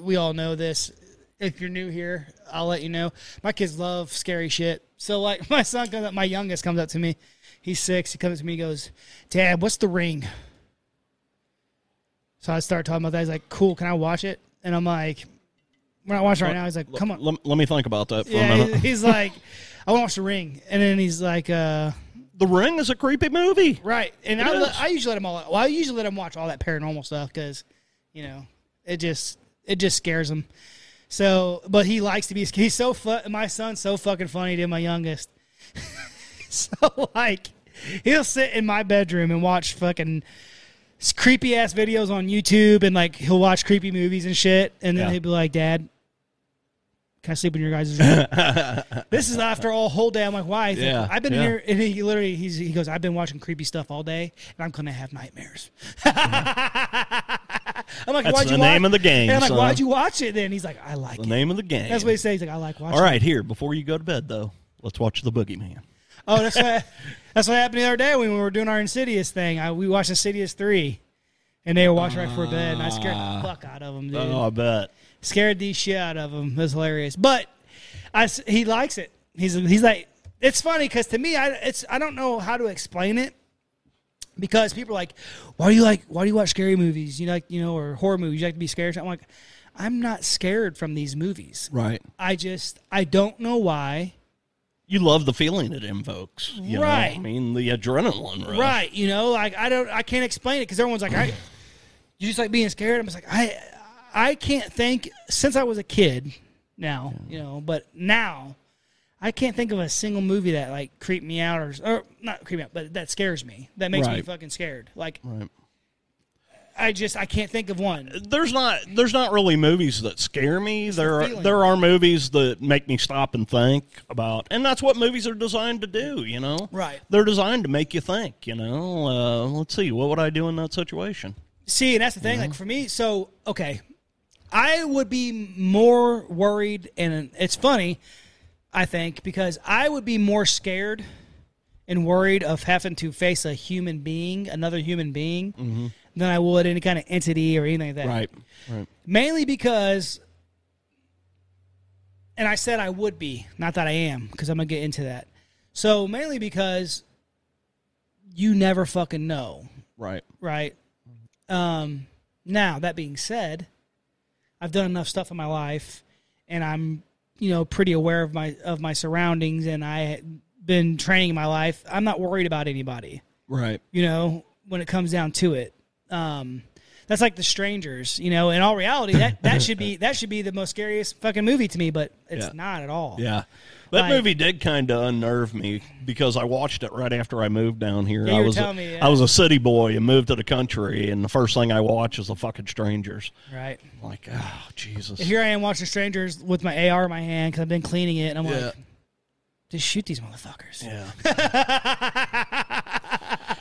we all know this. If you're new here, I'll let you know. My kids love scary shit. So like my son comes up, my youngest comes up to me. He's six. He comes up to me. He goes, "Dad, what's the ring?" So I start talking about that. He's like, "Cool, can I watch it?" And I'm like, "We're not watching right now." He's like, "Come on." Let, let me think about that for a yeah, minute. he's, he's like, "I want to watch the ring." And then he's like, "Uh." the Ring is a creepy movie. Right, and It I, is. let, I usually let them all. Well, I usually let them watch all that paranormal stuff because, you know, it just it just scares them. So, but he likes to be. He's so fu- my son's so fucking funny to my youngest. so like, he'll sit in my bedroom and watch fucking creepy ass videos on YouTube, and like he'll watch creepy movies and shit, and then Yeah. he'll be like, "Dad." Can I sleep in your guys' room? this is after all whole day. I'm like, why? He's like, Yeah, I've been yeah. here and he literally he's, he goes, I've been watching creepy stuff all day, and I'm gonna have nightmares. I'm like, That's why'd the you name watch? of the game, And I'm like, son. why'd you watch it? Then he's like, I like The it. name of the game. That's what he says. He's like, I like watching. All right, here before you go to bed though, let's watch the Boogeyman. it. Oh, that's what that's what happened the other day when we were doing our Insidious thing. I, we watched Insidious three, and they were watching right before bed, and I scared the fuck out of them, dude. Ah. Oh, I bet. scared the shit out of him. It was hilarious. But I s he likes it. He's he's like it's funny because to me I it's I don't know how to explain it because people are like, why do you like why do you watch scary movies? You like you know or horror movies? You like to be scared? I'm like, I'm not scared from these movies. Right. I just I don't know why. you love the feeling it invokes. You know? Right. I mean, the adrenaline rush. Right. You know, like I don't, I can't explain it because everyone's like, I, you just like being scared. I'm just like, I, I can't think since I was a kid. Now, you know, but now, I can't think of a single movie that like creeped me out or, or not creep me out, but that scares me. That makes me Right. fucking scared. Like Right. I just, I can't think of one. There's not there's not really movies that scare me. there are feeling. there are movies that make me stop and think about, and that's what movies are designed to do. You know, Right. They're designed to make you think. You know, uh, let's see, what would I do in that situation? See, and that's the thing. Like for me, so okay, I would be more worried, and it's funny, I think, because I would be more scared and worried of having to face a human being, another human being, than I would any kind of entity or anything like that. Right. Right. Mainly because, and I said I would be, not that I am, because I'm gonna get into that. So mainly because you never fucking know Right. right? Um, now that being said, I've done enough stuff in my life, and I'm you know pretty aware of my of my surroundings, and I been training my life. I'm not worried about anybody, Right. you know, when it comes down to it. Um, that's like the strangers, you know. In all reality, that that should be that should be the most scariest fucking movie to me, but it's Yeah. not at all. Yeah. That Like- movie did kind of unnerve me because I watched it right after I moved down here. Yeah, you I were was a, telling me, yeah. I was a city boy and moved to the country, and the first thing I watch is the fucking strangers. Right. Like, oh Jesus! Here I am watching strangers with my AR in my hand because I've been cleaning it, and I'm yeah, like, just shoot these motherfuckers.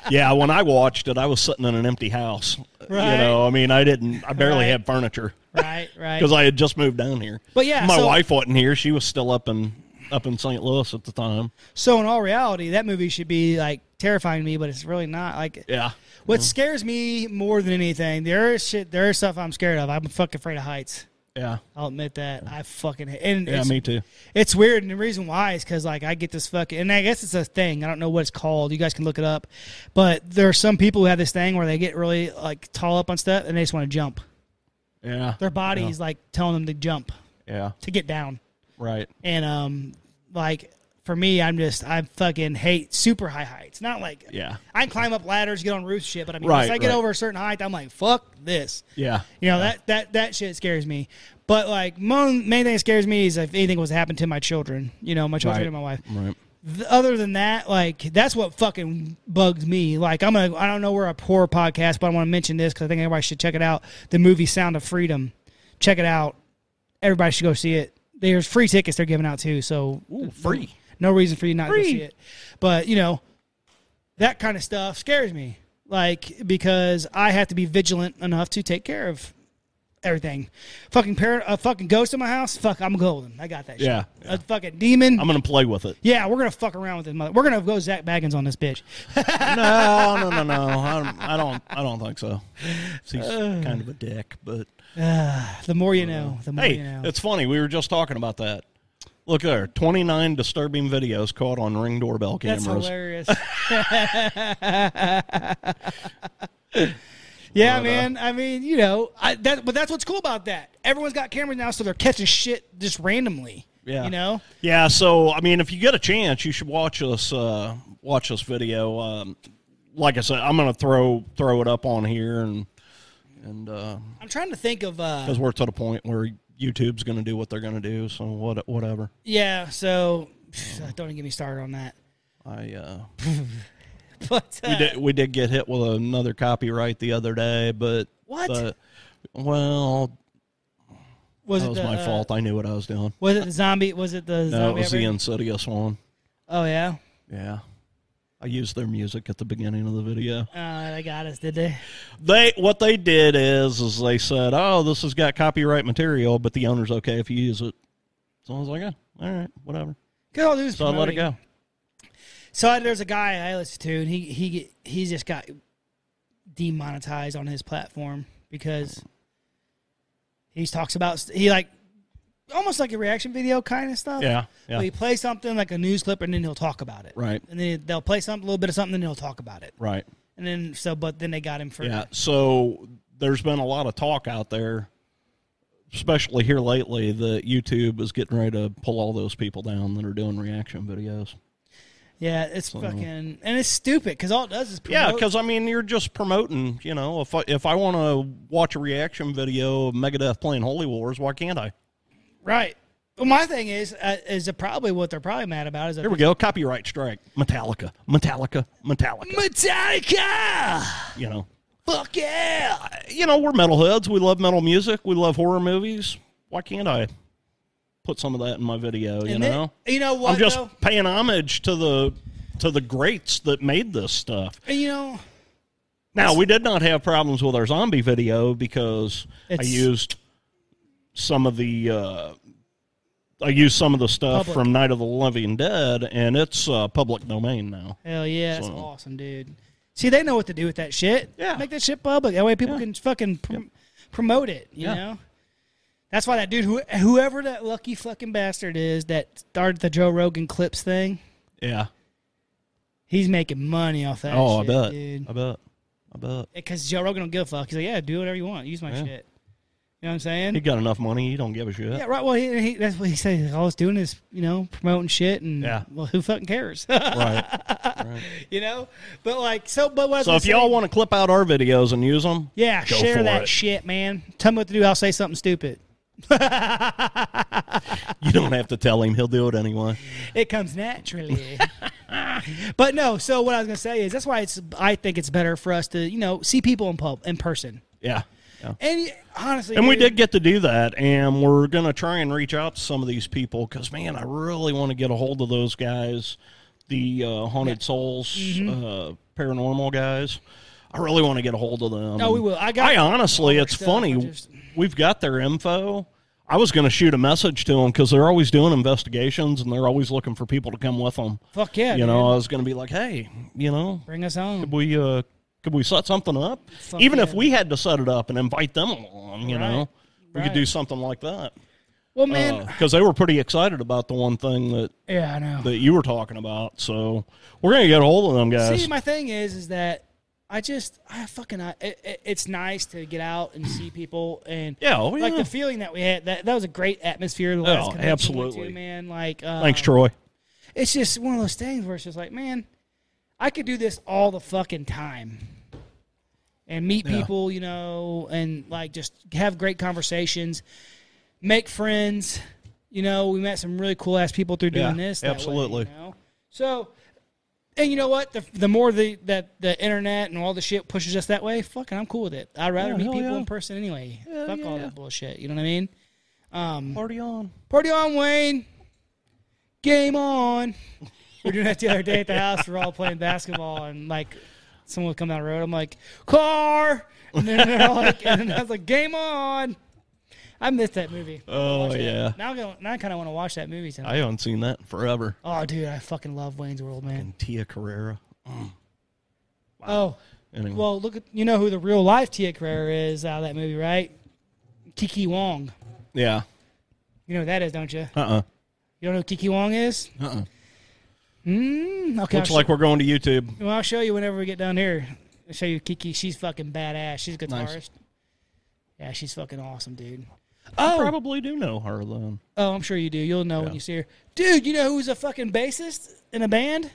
yeah. When I watched it, I was sitting in an empty house. You Right. know, I mean, I didn't. I barely Right. had furniture Right. Right. because I had just moved down here. But yeah, my so- wife wasn't here; she was still up in up in St. Louis at the time. So in all reality, that movie should be like terrifying to me, but it's really not. Like Yeah, what scares me more than anything, there is shit there is stuff I'm scared of. I'm fucking afraid of heights. yeah, I'll admit that. I fucking hate and yeah. it's, Me too. it's weird and the reason why is cuz like I get this fucking and I guess it's a thing. I don't know what it's called. You guys can look it up. But there are some people who have this thing where they get really like tall up on stuff and they just want to jump. Yeah, Their body is like telling them to jump, yeah. to get down. Right. And um like for me, I'm just I fucking hate super high heights. Not like Yeah. I can climb up ladders, get on roofs, shit. But I mean, Right, once I get right. over a certain height, I'm like, fuck this. Yeah. You know that that that shit scares me. But like, mon- main thing that scares me is if anything was to happen to my children. You know, my children Right. and my wife. Right. Th- Other than that, like that's what fucking bugs me. Like I'm gonna, I don't know we're a poor podcast, but I want to mention this because I think everybody should check it out. The movie Sound of Freedom, check it out. Everybody should go see it. There's free tickets they're giving out too, so Ooh, free. no reason for you not to go Free. see it. But you know, that kind of stuff scares me. Like because I have to be vigilant enough to take care of everything. Fucking par- a fucking ghost in my house. Fuck, I'm golden. I got that. Yeah, shit. A fucking demon. I'm gonna play with it. yeah, we're gonna fuck around with this mother. We're gonna go Zach Baggins on this bitch. no, no, no, no. I don't. I don't, I don't think so. He's Uh. kind of a dick, but The more you know, the more hey, you know. it's funny. We were just talking about that. Look there, 29 disturbing videos caught on ring doorbell That's cameras. hilarious. yeah, man. I mean, you know, I, that, but that's what's cool about that. Everyone's got cameras now, so they're catching shit just randomly. Yeah, You know? Yeah, so I mean, if you get a chance, you should watch us. Uh, watch this video. Um, like I said, I'm gonna throw throw it up on here, and and because I'm trying to think of. Uh, we're to the point where YouTube's gonna do what they're gonna do. So what, whatever. yeah, so pff, don't even get me started on that. I uh, But uh, we did we did get hit with another copyright the other day, but What? the- well, was that it was the, my uh, fault. I knew what I was doing. Was it the zombie? Was it No, the it zombie? was the outbreak? Insidious one. Oh yeah, Yeah, I used their music at the beginning of the video. uh, they got us, did they? They what they did is is they said, "Oh, this has got copyright material, but the owner's okay if you use it." So I was like, "Yeah, all right, whatever." Good old news. So I let it go. So I, there's a guy I listen to, and he he he's just got demonetized on his platform because he talks about he like almost like a reaction video kind of stuff. Yeah, yeah. But he plays something like a news clip, and then he'll talk about it. Right. And then they'll play something, a little bit of something, and he'll talk about it. Right. And then so, but then they got him for Yeah. So there's been a lot of talk out there, especially here lately, that YouTube is getting ready to pull all those people down that are doing reaction videos. Yeah, It's fucking and it's stupid because all it does is promote. Yeah, because I mean, you're just promoting. You know, if I, if I want to watch a reaction video of Megadeth playing Holy Wars, why can't I? right. Well, my thing is uh, is that probably what they're probably mad about is that Here we go. Copyright strike. Metallica. Metallica. Metallica. Metallica. you know. Fuck yeah. You know, we're metalheads. We love metal music. We love horror movies. Why can't I put some of that in my video? You And know. they- you know what? I'm just though? paying homage to the to the greats that made this stuff. And you know, Now we did not have problems with our zombie video because I It's- used some of the uh, I used some of the stuff Public. from Night of the Living Dead, and it's uh, public domain now. Hell yeah, that's So- awesome, dude. See, they know what to do with that shit. Yeah. make that shit public. That way, people Yeah. can fucking prom- promote it. You Yeah. know, that's why that dude, who, whoever that lucky fucking bastard is that started the Joe Rogan clips thing, Yeah. he's making money off that. Oh, shit, I bet. dude. I bet. I bet. Because Joe Rogan don't give a fuck. He's like, yeah, do whatever you want. Use my Yeah. shit. You know what I'm He saying? got enough money. He don't give a shit. Yeah, right. Well, he, he, that's what he said. He's like, All it's doing is, you know, promoting shit, and Yeah. well, who fucking cares, Right. you know? But like, so, but what I was so if gonna y'all say- want to clip out our videos and use them, Yeah, go share for that it. shit, man. Tell me what to do. I'll say something stupid. you don't have to tell him. He'll do it anyway. It comes naturally. but no, so what I was gonna say is that's why it's. I think it's better for us to you know see people in pub in person. Yeah. Yeah. And honestly, And we dude, did get to do that, and we're going to try and reach out to some of these people because, man, I really want to get a hold of those guys, the uh, Haunted Souls Mm-hmm. uh, paranormal guys. I really want to get a hold of them. No, we will. I got- I honestly, it's stuff, funny. I just- We've got their info. I was going to shoot a message to them because they're always doing investigations and they're always looking for people to come with them. Fuck yeah, You dude. know, I was going to be like, hey, you know, bring us on. could we uh could we set something up Fuck even yeah. if we had to set it up and invite them along you know Right. we Right. could do something like that Well, man, because they were pretty excited about the one thing that yeah, I know. that you were talking about so we're gonna get a hold of them guys See, my thing is, is that I just, I fucking, I, it, it- it's nice to get out and see people and Yeah, oh, like yeah. the feeling that we had. That that was a great atmosphere. The last Oh, convention we went to, absolutely. man. Like, uh, thanks troy It's just one of those things where it's just like, man, I could do this all the fucking time. And meet people, you know, and like just have great conversations, make friends. You know, we met some really cool ass people through doing Yeah, this. that way, you absolutely. know? So, and you know what? The, the more the that the internet and all the shit pushes us that way, fucking, I'm cool with it. I'd rather Yeah, meet hell people yeah. in person anyway. Hell Fuck all yeah. that bullshit. You know what I mean? Mm. party on Party on, Wayne. Game on. We were doing that the other day at the house. We We're all playing basketball, and like someone would come down the road. I'm like, car. And then they're all like, and then I was like, game on. I missed that movie. oh yeah Now, I'm gonna, now I kind of want to watch that movie i tonight. haven't seen that in forever oh, dude, I fucking love Wayne's World, man. and tia carrera Oh, anyway well, look at you know who the real life Tia Carrera is out of that movie, right? Kiki Wong. yeah You know who that is, don't you? uh-uh You don't know who Kiki Wong is? Uh-uh. Mm, okay, I'll looks like we're going to youtube Well, I'll show you whenever we get down here. I'll show you Kiki. She's fucking badass. She's a guitarist. Nice. Yeah, she's fucking awesome, dude. i probably do know her then Oh, I'm sure you do. You'll know when Yeah. you see her. Dude, you know who's a fucking bassist in a band?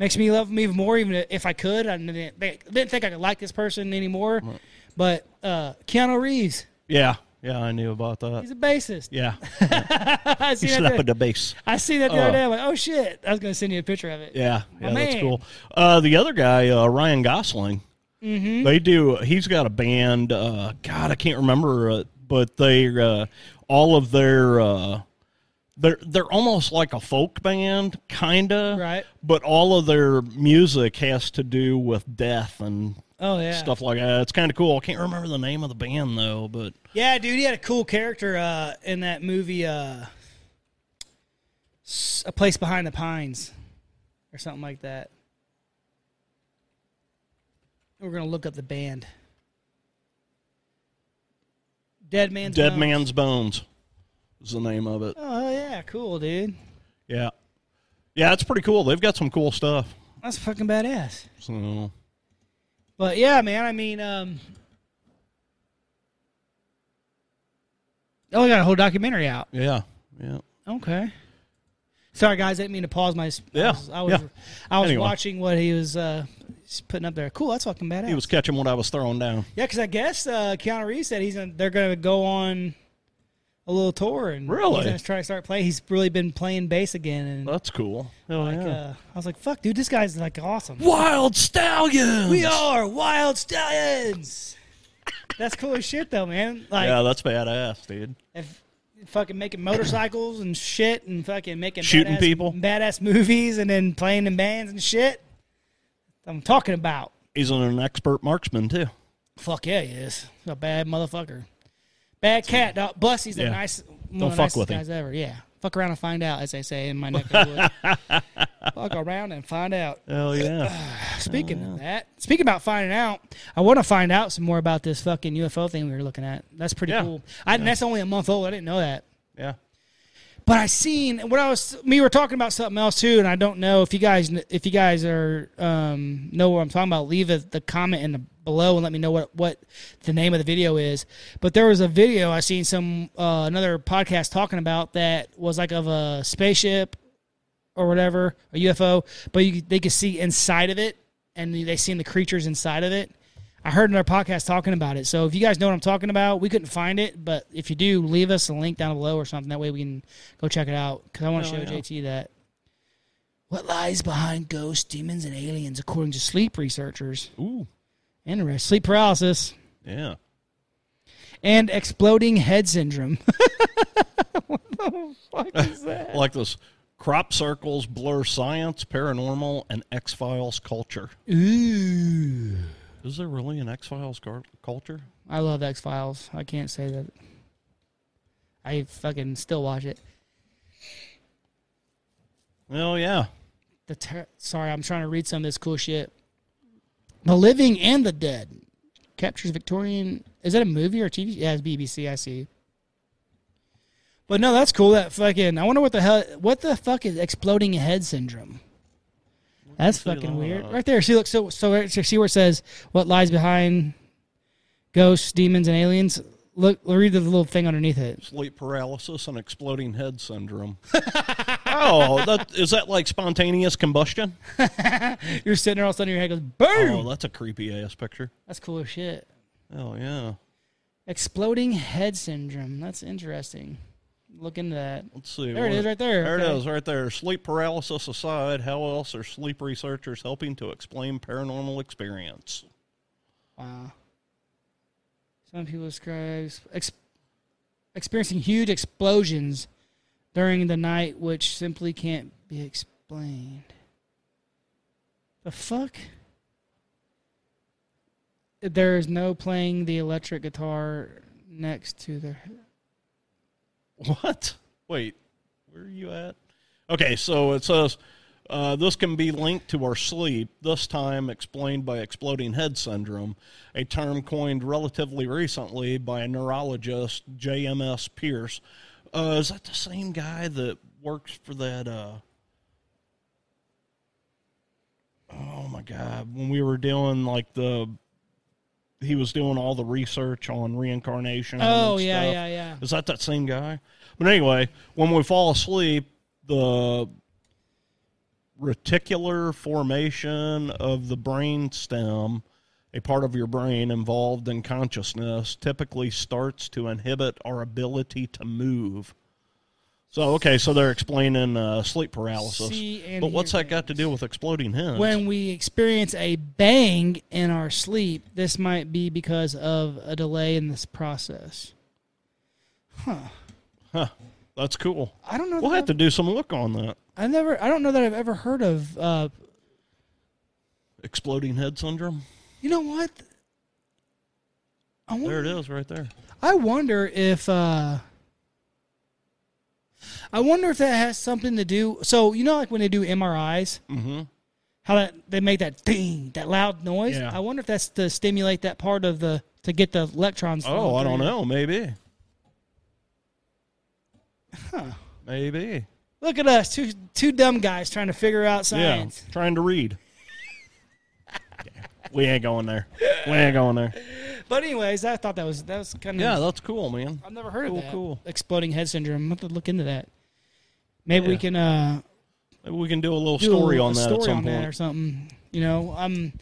Makes me love them even more, even if I could. I didn't, didn't think I could like this person anymore. But uh, Keanu Reeves, yeah yeah i knew about that he's a bassist. yeah I see he's that. slapping The, the bass I see that the other Oh. day. I'm like, oh shit! I was gonna send you a picture of it. Yeah, My yeah, that's man. cool. Uh, the other guy, uh, Ryan Gosling, Mm-hmm. they do. He's got a band. Uh, God, I can't remember, uh, but they uh, all of their uh, they're they're almost like a folk band, kinda. Right. But all of their music has to do with death and Oh yeah. stuff like that. It's kind of cool. I can't remember the name of the band though, but Yeah, dude, he had a cool character uh, in that movie, uh, S- A Place Behind the Pines, or something like that. We're gonna look up the band. Dead Man's Dead Bones. Man's Bones is the name of it. Oh yeah, cool, dude. Yeah, yeah, it's pretty cool. They've got some cool stuff. That's fucking badass. So. But yeah, man, I mean, um, oh, we got a whole documentary out. Yeah, yeah. Okay. Sorry, guys. I didn't mean to pause my. I Yeah, was, I was, yeah. I was Anyway. watching what he was uh, s- putting up there. Cool. That's fucking badass. He was catching what I was throwing down. yeah, because I guess uh, Keanu Reeves said he's in, they're going to go on a little tour and Really? he's going to try to start playing. He's really been playing bass again, and like, That's cool. uh, I was like, "Fuck, dude, this guy's like awesome." Wild stallions. We are wild stallions. That's cool as shit, though, man. Like, Yeah, that's badass, dude. if fucking making motorcycles and shit and fucking making Shooting badass, people. badass movies and then playing in bands and shit. I'm talking about. He's an expert marksman too. Fuck yeah, he is. He's a bad motherfucker. Bad cat. Dog. Plus, he's Yeah. a nice. One Don't of the fuck nicest with him. guys ever. Yeah. Fuck around and find out, as they say in my neck of the woods. fuck around and find out. Hell yeah. Speaking of that, speaking about finding out, I want to find out some more about this fucking UFO thing we were looking at. That's pretty Yeah. cool. I, That's only a month old. I didn't know that. yeah. But I seen what I was. We were talking about something else too, and I don't know if you guys if you guys are um, know what I'm talking about. Leave a, the comment in the below and let me know what what the name of the video is. But there was a video I seen some uh, another podcast talking about that was like of a spaceship or whatever a UFO, but you, they could see inside of it, and they seen the creatures inside of it. I heard another podcast talking about it. So if you guys know what I'm talking about, we couldn't find it, but if you do, leave us a link down below or something. That way we can go check it out because I want to show JT that. What lies behind ghosts, demons, and aliens, according to sleep researchers? Ooh. Interesting. Sleep paralysis Yeah. and exploding head syndrome. Like this crop circles, blur science, paranormal, and X Files culture. Ooh. Is there really an X Files car- culture? I love X Files. I can't say that. I fucking still watch it. Well, yeah. the ter- sorry, I'm trying to read some of this cool shit. The Living and the Dead captures Victorian. Is that a movie or TV? Yeah, it's BBC. I see. But no, that's cool. That fucking. I wonder what the hell. What the fuck is exploding head syndrome? That's fucking weird. Right there. See, look. So, so right- so see where it says what lies behind ghosts, demons, and aliens. Look, read the little thing underneath it. Sleep paralysis and exploding head syndrome. oh, that, is that like spontaneous combustion? You're sitting there, all of a sudden your head goes boom. Oh, that's a creepy ass picture. That's cool as shit. Oh, yeah. Exploding head syndrome. That's interesting. Look into that. Let's see. There it what- is right there. There Okay. it is right there. Sleep paralysis aside, how else are sleep researchers helping to explain paranormal experience? Wow. Some people describe ex- experiencing huge explosions during the night, which simply can't be explained. The fuck? There is no playing the electric guitar next to their. What? Wait, where are you at? Okay, so it says uh, this can be linked to our sleep, this time explained by exploding head syndrome, a term coined relatively recently by neurologist JMS Pierce. Uh, is that the same guy that works for that? Uh, oh my God. When we were doing like the. He was doing all the research on reincarnation. Oh, and yeah, stuff. yeah, yeah. Is that that same guy? But anyway, when we fall asleep, the reticular formation of the brain stem, a part of your brain involved in consciousness, typically starts to inhibit our ability to move. So okay, so they're explaining uh, sleep paralysis. See and but what's hear that got to do with exploding heads? when we experience a bang in our sleep, this might be because of a delay in this process. That's cool. I don't know. We'll that have to do some look on that. I've- I never. I don't know that I've ever heard of. Uh, Exploding head syndrome. you know what? I wonder, There it is, right there. I wonder if. Uh, I wonder if that has something to do. So you know, like when they do MRIs, mm-hmm. how that they make that ding, that loud noise. Yeah. I wonder if that's to stimulate that part of the to get the electrons. Oh, I flowing don't through. know. Maybe. Huh. Maybe. Look at us, two two dumb guys trying to figure out science. Yeah. Trying to read. we ain't going there. We ain't going there. But anyways, I thought that was that was kind of Yeah, that's cool, man. I've never heard cool, of that. Cool, Exploding head syndrome. I'm gonna have to look into that. Maybe we Yeah. can uh Maybe we can do a little do story a, on a that story at some on that or point. something. You know, um,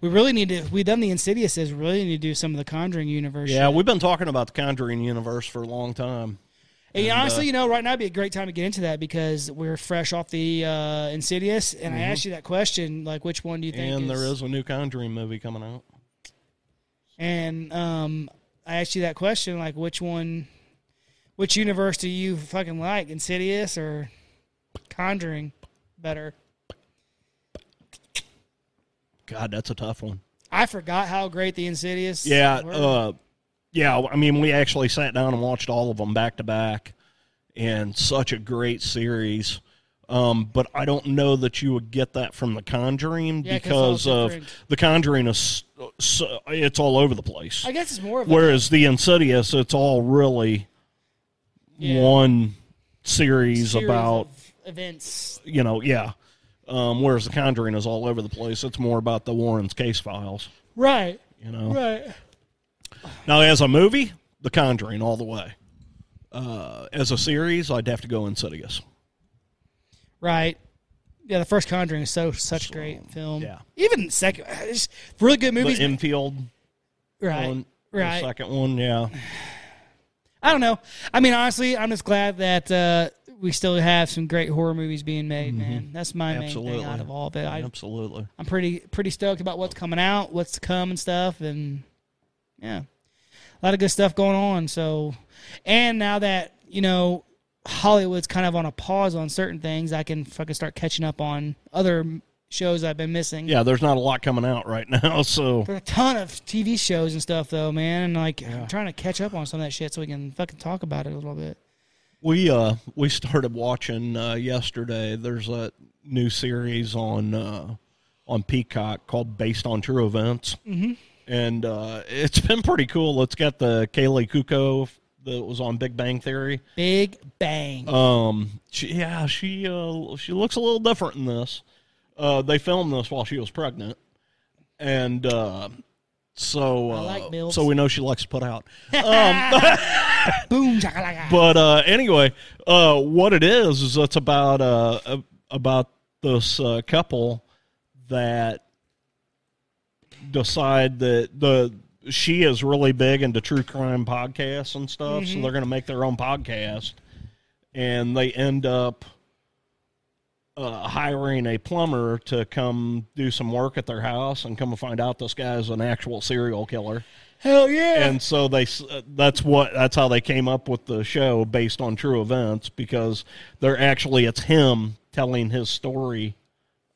we really need to. We done the Insidiouses. We really need to do some of the Conjuring universe. Yeah, shit. we've been talking about the Conjuring universe for a long time. And honestly, uh, you know, right now would be a great time to get into that because we're fresh off the uh, Insidious, and I asked you that question, like, which one do you think? Mm-hmm. And there is a new Conjuring movie coming out. And um, I asked you that question, like, which one, which universe do you fucking like, Insidious or Conjuring better? God, that's a tough one. I forgot how great the Insidious. Yeah, were. uh, yeah. I mean, we actually sat down and watched all of them back to back, and such a great series. Um, but I don't know that you would get that from The Conjuring Yeah, 'cause it's because all of different. The Conjuring is so, it's all over the place. I guess it's more of a Whereas The Insidious, it's all really Yeah. one series, series about of events. you know, yeah. Um, whereas The Conjuring is all over the place. It's more about the Warrens case files, Right. you know. Right. Now, as a movie, The Conjuring, all the way. Uh, as a series, I'd have to go Insidious. Right. Yeah, the first Conjuring is so such a great film. yeah. Even second, it's really good The movies. infield, right. one, right. The second one, yeah, I don't know. I mean, honestly, I'm just glad that uh, we still have some great horror movies being made. Man, that's my main Mm-hmm. absolutely. thing out of all of it. I, absolutely. I'm pretty pretty stoked about what's coming out, what's to come, and stuff. And yeah, a lot of good stuff going on. So, and now that you know Hollywood's kind of on a pause on certain things, I can fucking start catching up on other m- shows I've been missing. Yeah, there's not a lot coming out right now, so There's a ton of TV shows and stuff though, man, and like I'm trying to catch up on some of that shit so we can fucking talk about it a little bit. we uh we started watching uh, yesterday. There's a new series on uh, on Peacock called Based on True Events, mm-hmm. and uh, it's been pretty cool. It's got the Kaylee Kuko that was on Big Bang Theory. Big Bang. Um, she, yeah, she uh, she looks a little different in this. Uh, they filmed this while she was pregnant, and uh, so uh, like MILFs. so we know she likes to put out. Boom chakalaka. But uh, anyway, uh, what it is is it's about uh, a- about this uh, couple that decide that the she is really big into true crime podcasts and stuff, so they're going to make their own podcast, and they end up. Uh, hiring a plumber to come do some work at their house, and come and find out this guy is an actual serial killer Hell yeah. and so they s- uh, that's what that's how they came up with the show based on true events because they're actually it's him telling his story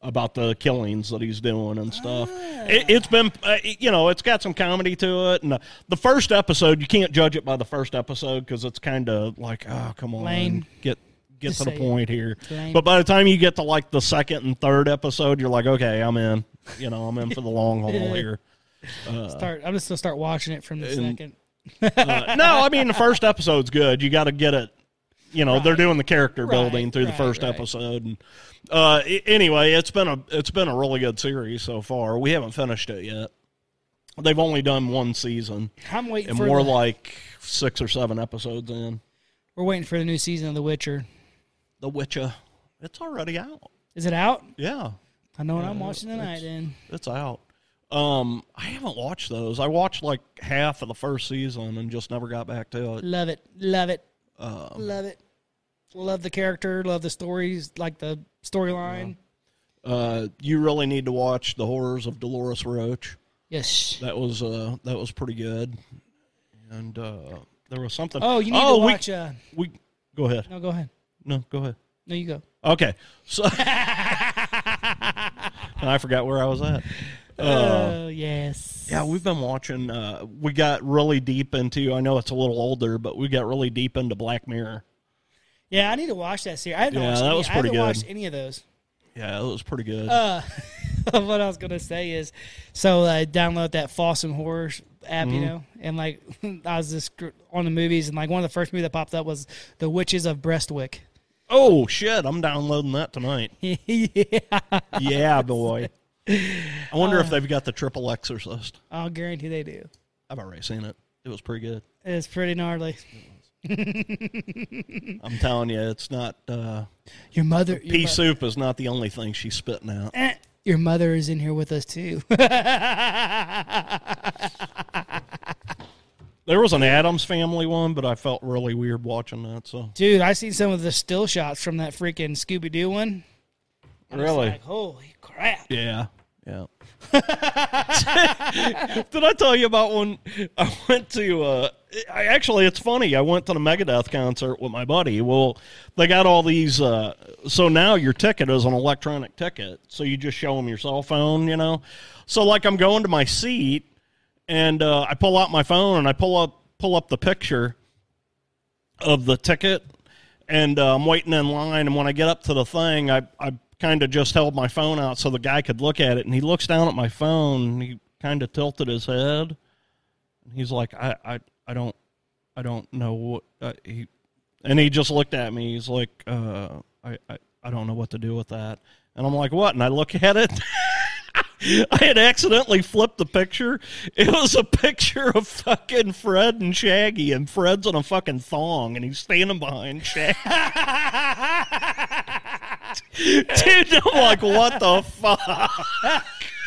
about the killings that he's doing and stuff. Ah. It, it's been uh, it- you know it's got some comedy to it, and uh, the first episode you can't judge it by the first episode because it's kind of like oh come on Lame. get get Just to the say it. point here. lame. But by the time you get to like the second and third episode, you're like okay I'm in you know I'm in for the long haul here. start. I'm just gonna start watching it from the second. Uh, no, I mean the first episode's good. You got to get it. You know they're doing the character building through right, the first right. episode. And uh, i- anyway, it's been a it's been a really good series so far. We haven't finished it yet. They've only done one season I'm waiting and for more the, like six or seven episodes in. we're waiting for the new season of The Witcher. The Witcher, it's already out. Is it out? Yeah, I know what I'm watching tonight. Then Uh, it's out. Um, I haven't watched those. I watched like half of the first season and just never got back to it. love it, love it, Um, love it. Love the character, love the stories, like the storyline. Uh, you really need to watch the horrors of Dolores Roach. Yes. That was uh that was pretty good. And uh there was something Oh, you need to we- watch. uh, we, go ahead. no, go ahead. No, go ahead. No, you go. Okay. So I forgot where I was at. Uh, Oh yes. Yeah, we've been watching uh we got really deep into I know it's a little older, but we got really deep into Black Mirror. Yeah, I need to watch that series. I haven't Yeah, watched. that any, was I pretty haven't good. watched any of those. Yeah, it was pretty good. Uh, what I was gonna say is, so I download that Fossum Horror app, Mm-hmm. you know, and like I was just gr- on the movies, and like one of the first movies that popped up was The Witches of Brestwick. oh shit, I'm downloading that tonight. yeah, yeah, boy. I wonder Uh. if they've got the triple exorcist. I'll guarantee they do. I've already seen it. It was pretty good. It's pretty gnarly. I'm telling you, it's not uh Your mother, your, pea mo- soup is not the only thing she's spitting out. eh, your mother is in here with us too. There was an Adams Family one, but I felt really weird watching that. So Dude, I seen some of the still shots from that freaking Scooby Doo one. really, Like, holy crap! yeah, yeah, Yeah. Did I tell you about when I went to? Uh, I actually, it's funny. I went to the Megadeth concert with my buddy. Well, they got all these. Uh, so now your ticket is an electronic ticket. So you just show them your cell phone, you know. So like I'm going to my seat, and uh, I pull out my phone and I pull up pull up the picture of the ticket, and uh, I'm waiting in line. And when I get up to the thing, I I kind of just held my phone out so the guy could look at it, and he looks down at my phone. And he kind of tilted his head, and he's like, I I I don't I don't know what uh, he, and he just looked at me. He's like, uh, I, I I don't know what to do with that, and I'm like, what? And I look at it. I had accidentally flipped the picture. It was a picture of fucking Fred and Shaggy, and Fred's in a fucking thong, and he's standing behind Shaggy. Dude, I'm like, what the fuck?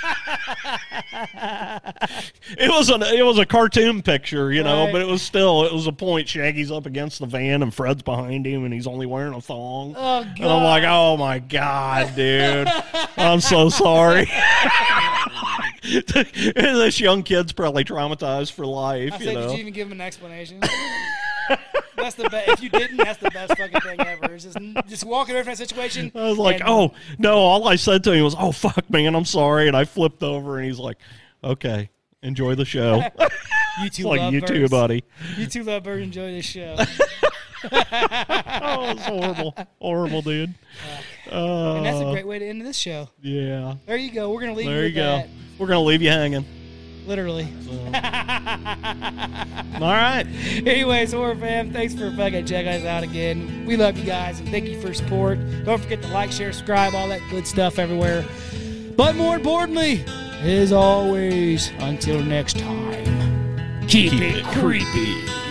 it was an it was a cartoon picture, you know, Right. but it was still it was a point. Shaggy's up against the van, and Fred's behind him, and he's only wearing a thong. Oh, And I'm like, oh my god, dude, I'm so sorry. this young kid's probably traumatized for life, I you said, know. did you even give him an explanation? that's the best. If you didn't, that's the best fucking thing ever. It's just just walking away from that situation. I was like, and- oh no! All I said to him was, "Oh fuck, man, I'm sorry," and I flipped over, and he's like, "Okay, enjoy the show." It's you two like love you too, birds. buddy. You two love birds. Enjoy this show. Oh, it's horrible, horrible, dude. and that's a great way to end this show. Yeah, There you go. We're gonna leave. Uh, there with you go. That, We're gonna leave you hanging. literally. All right, Anyways, horror fam, thanks for fucking checking us out again. We love you guys and thank you for your support. Don't forget to like, share, subscribe, all that good stuff everywhere. But more importantly, as always, until next time, keep, it creepy.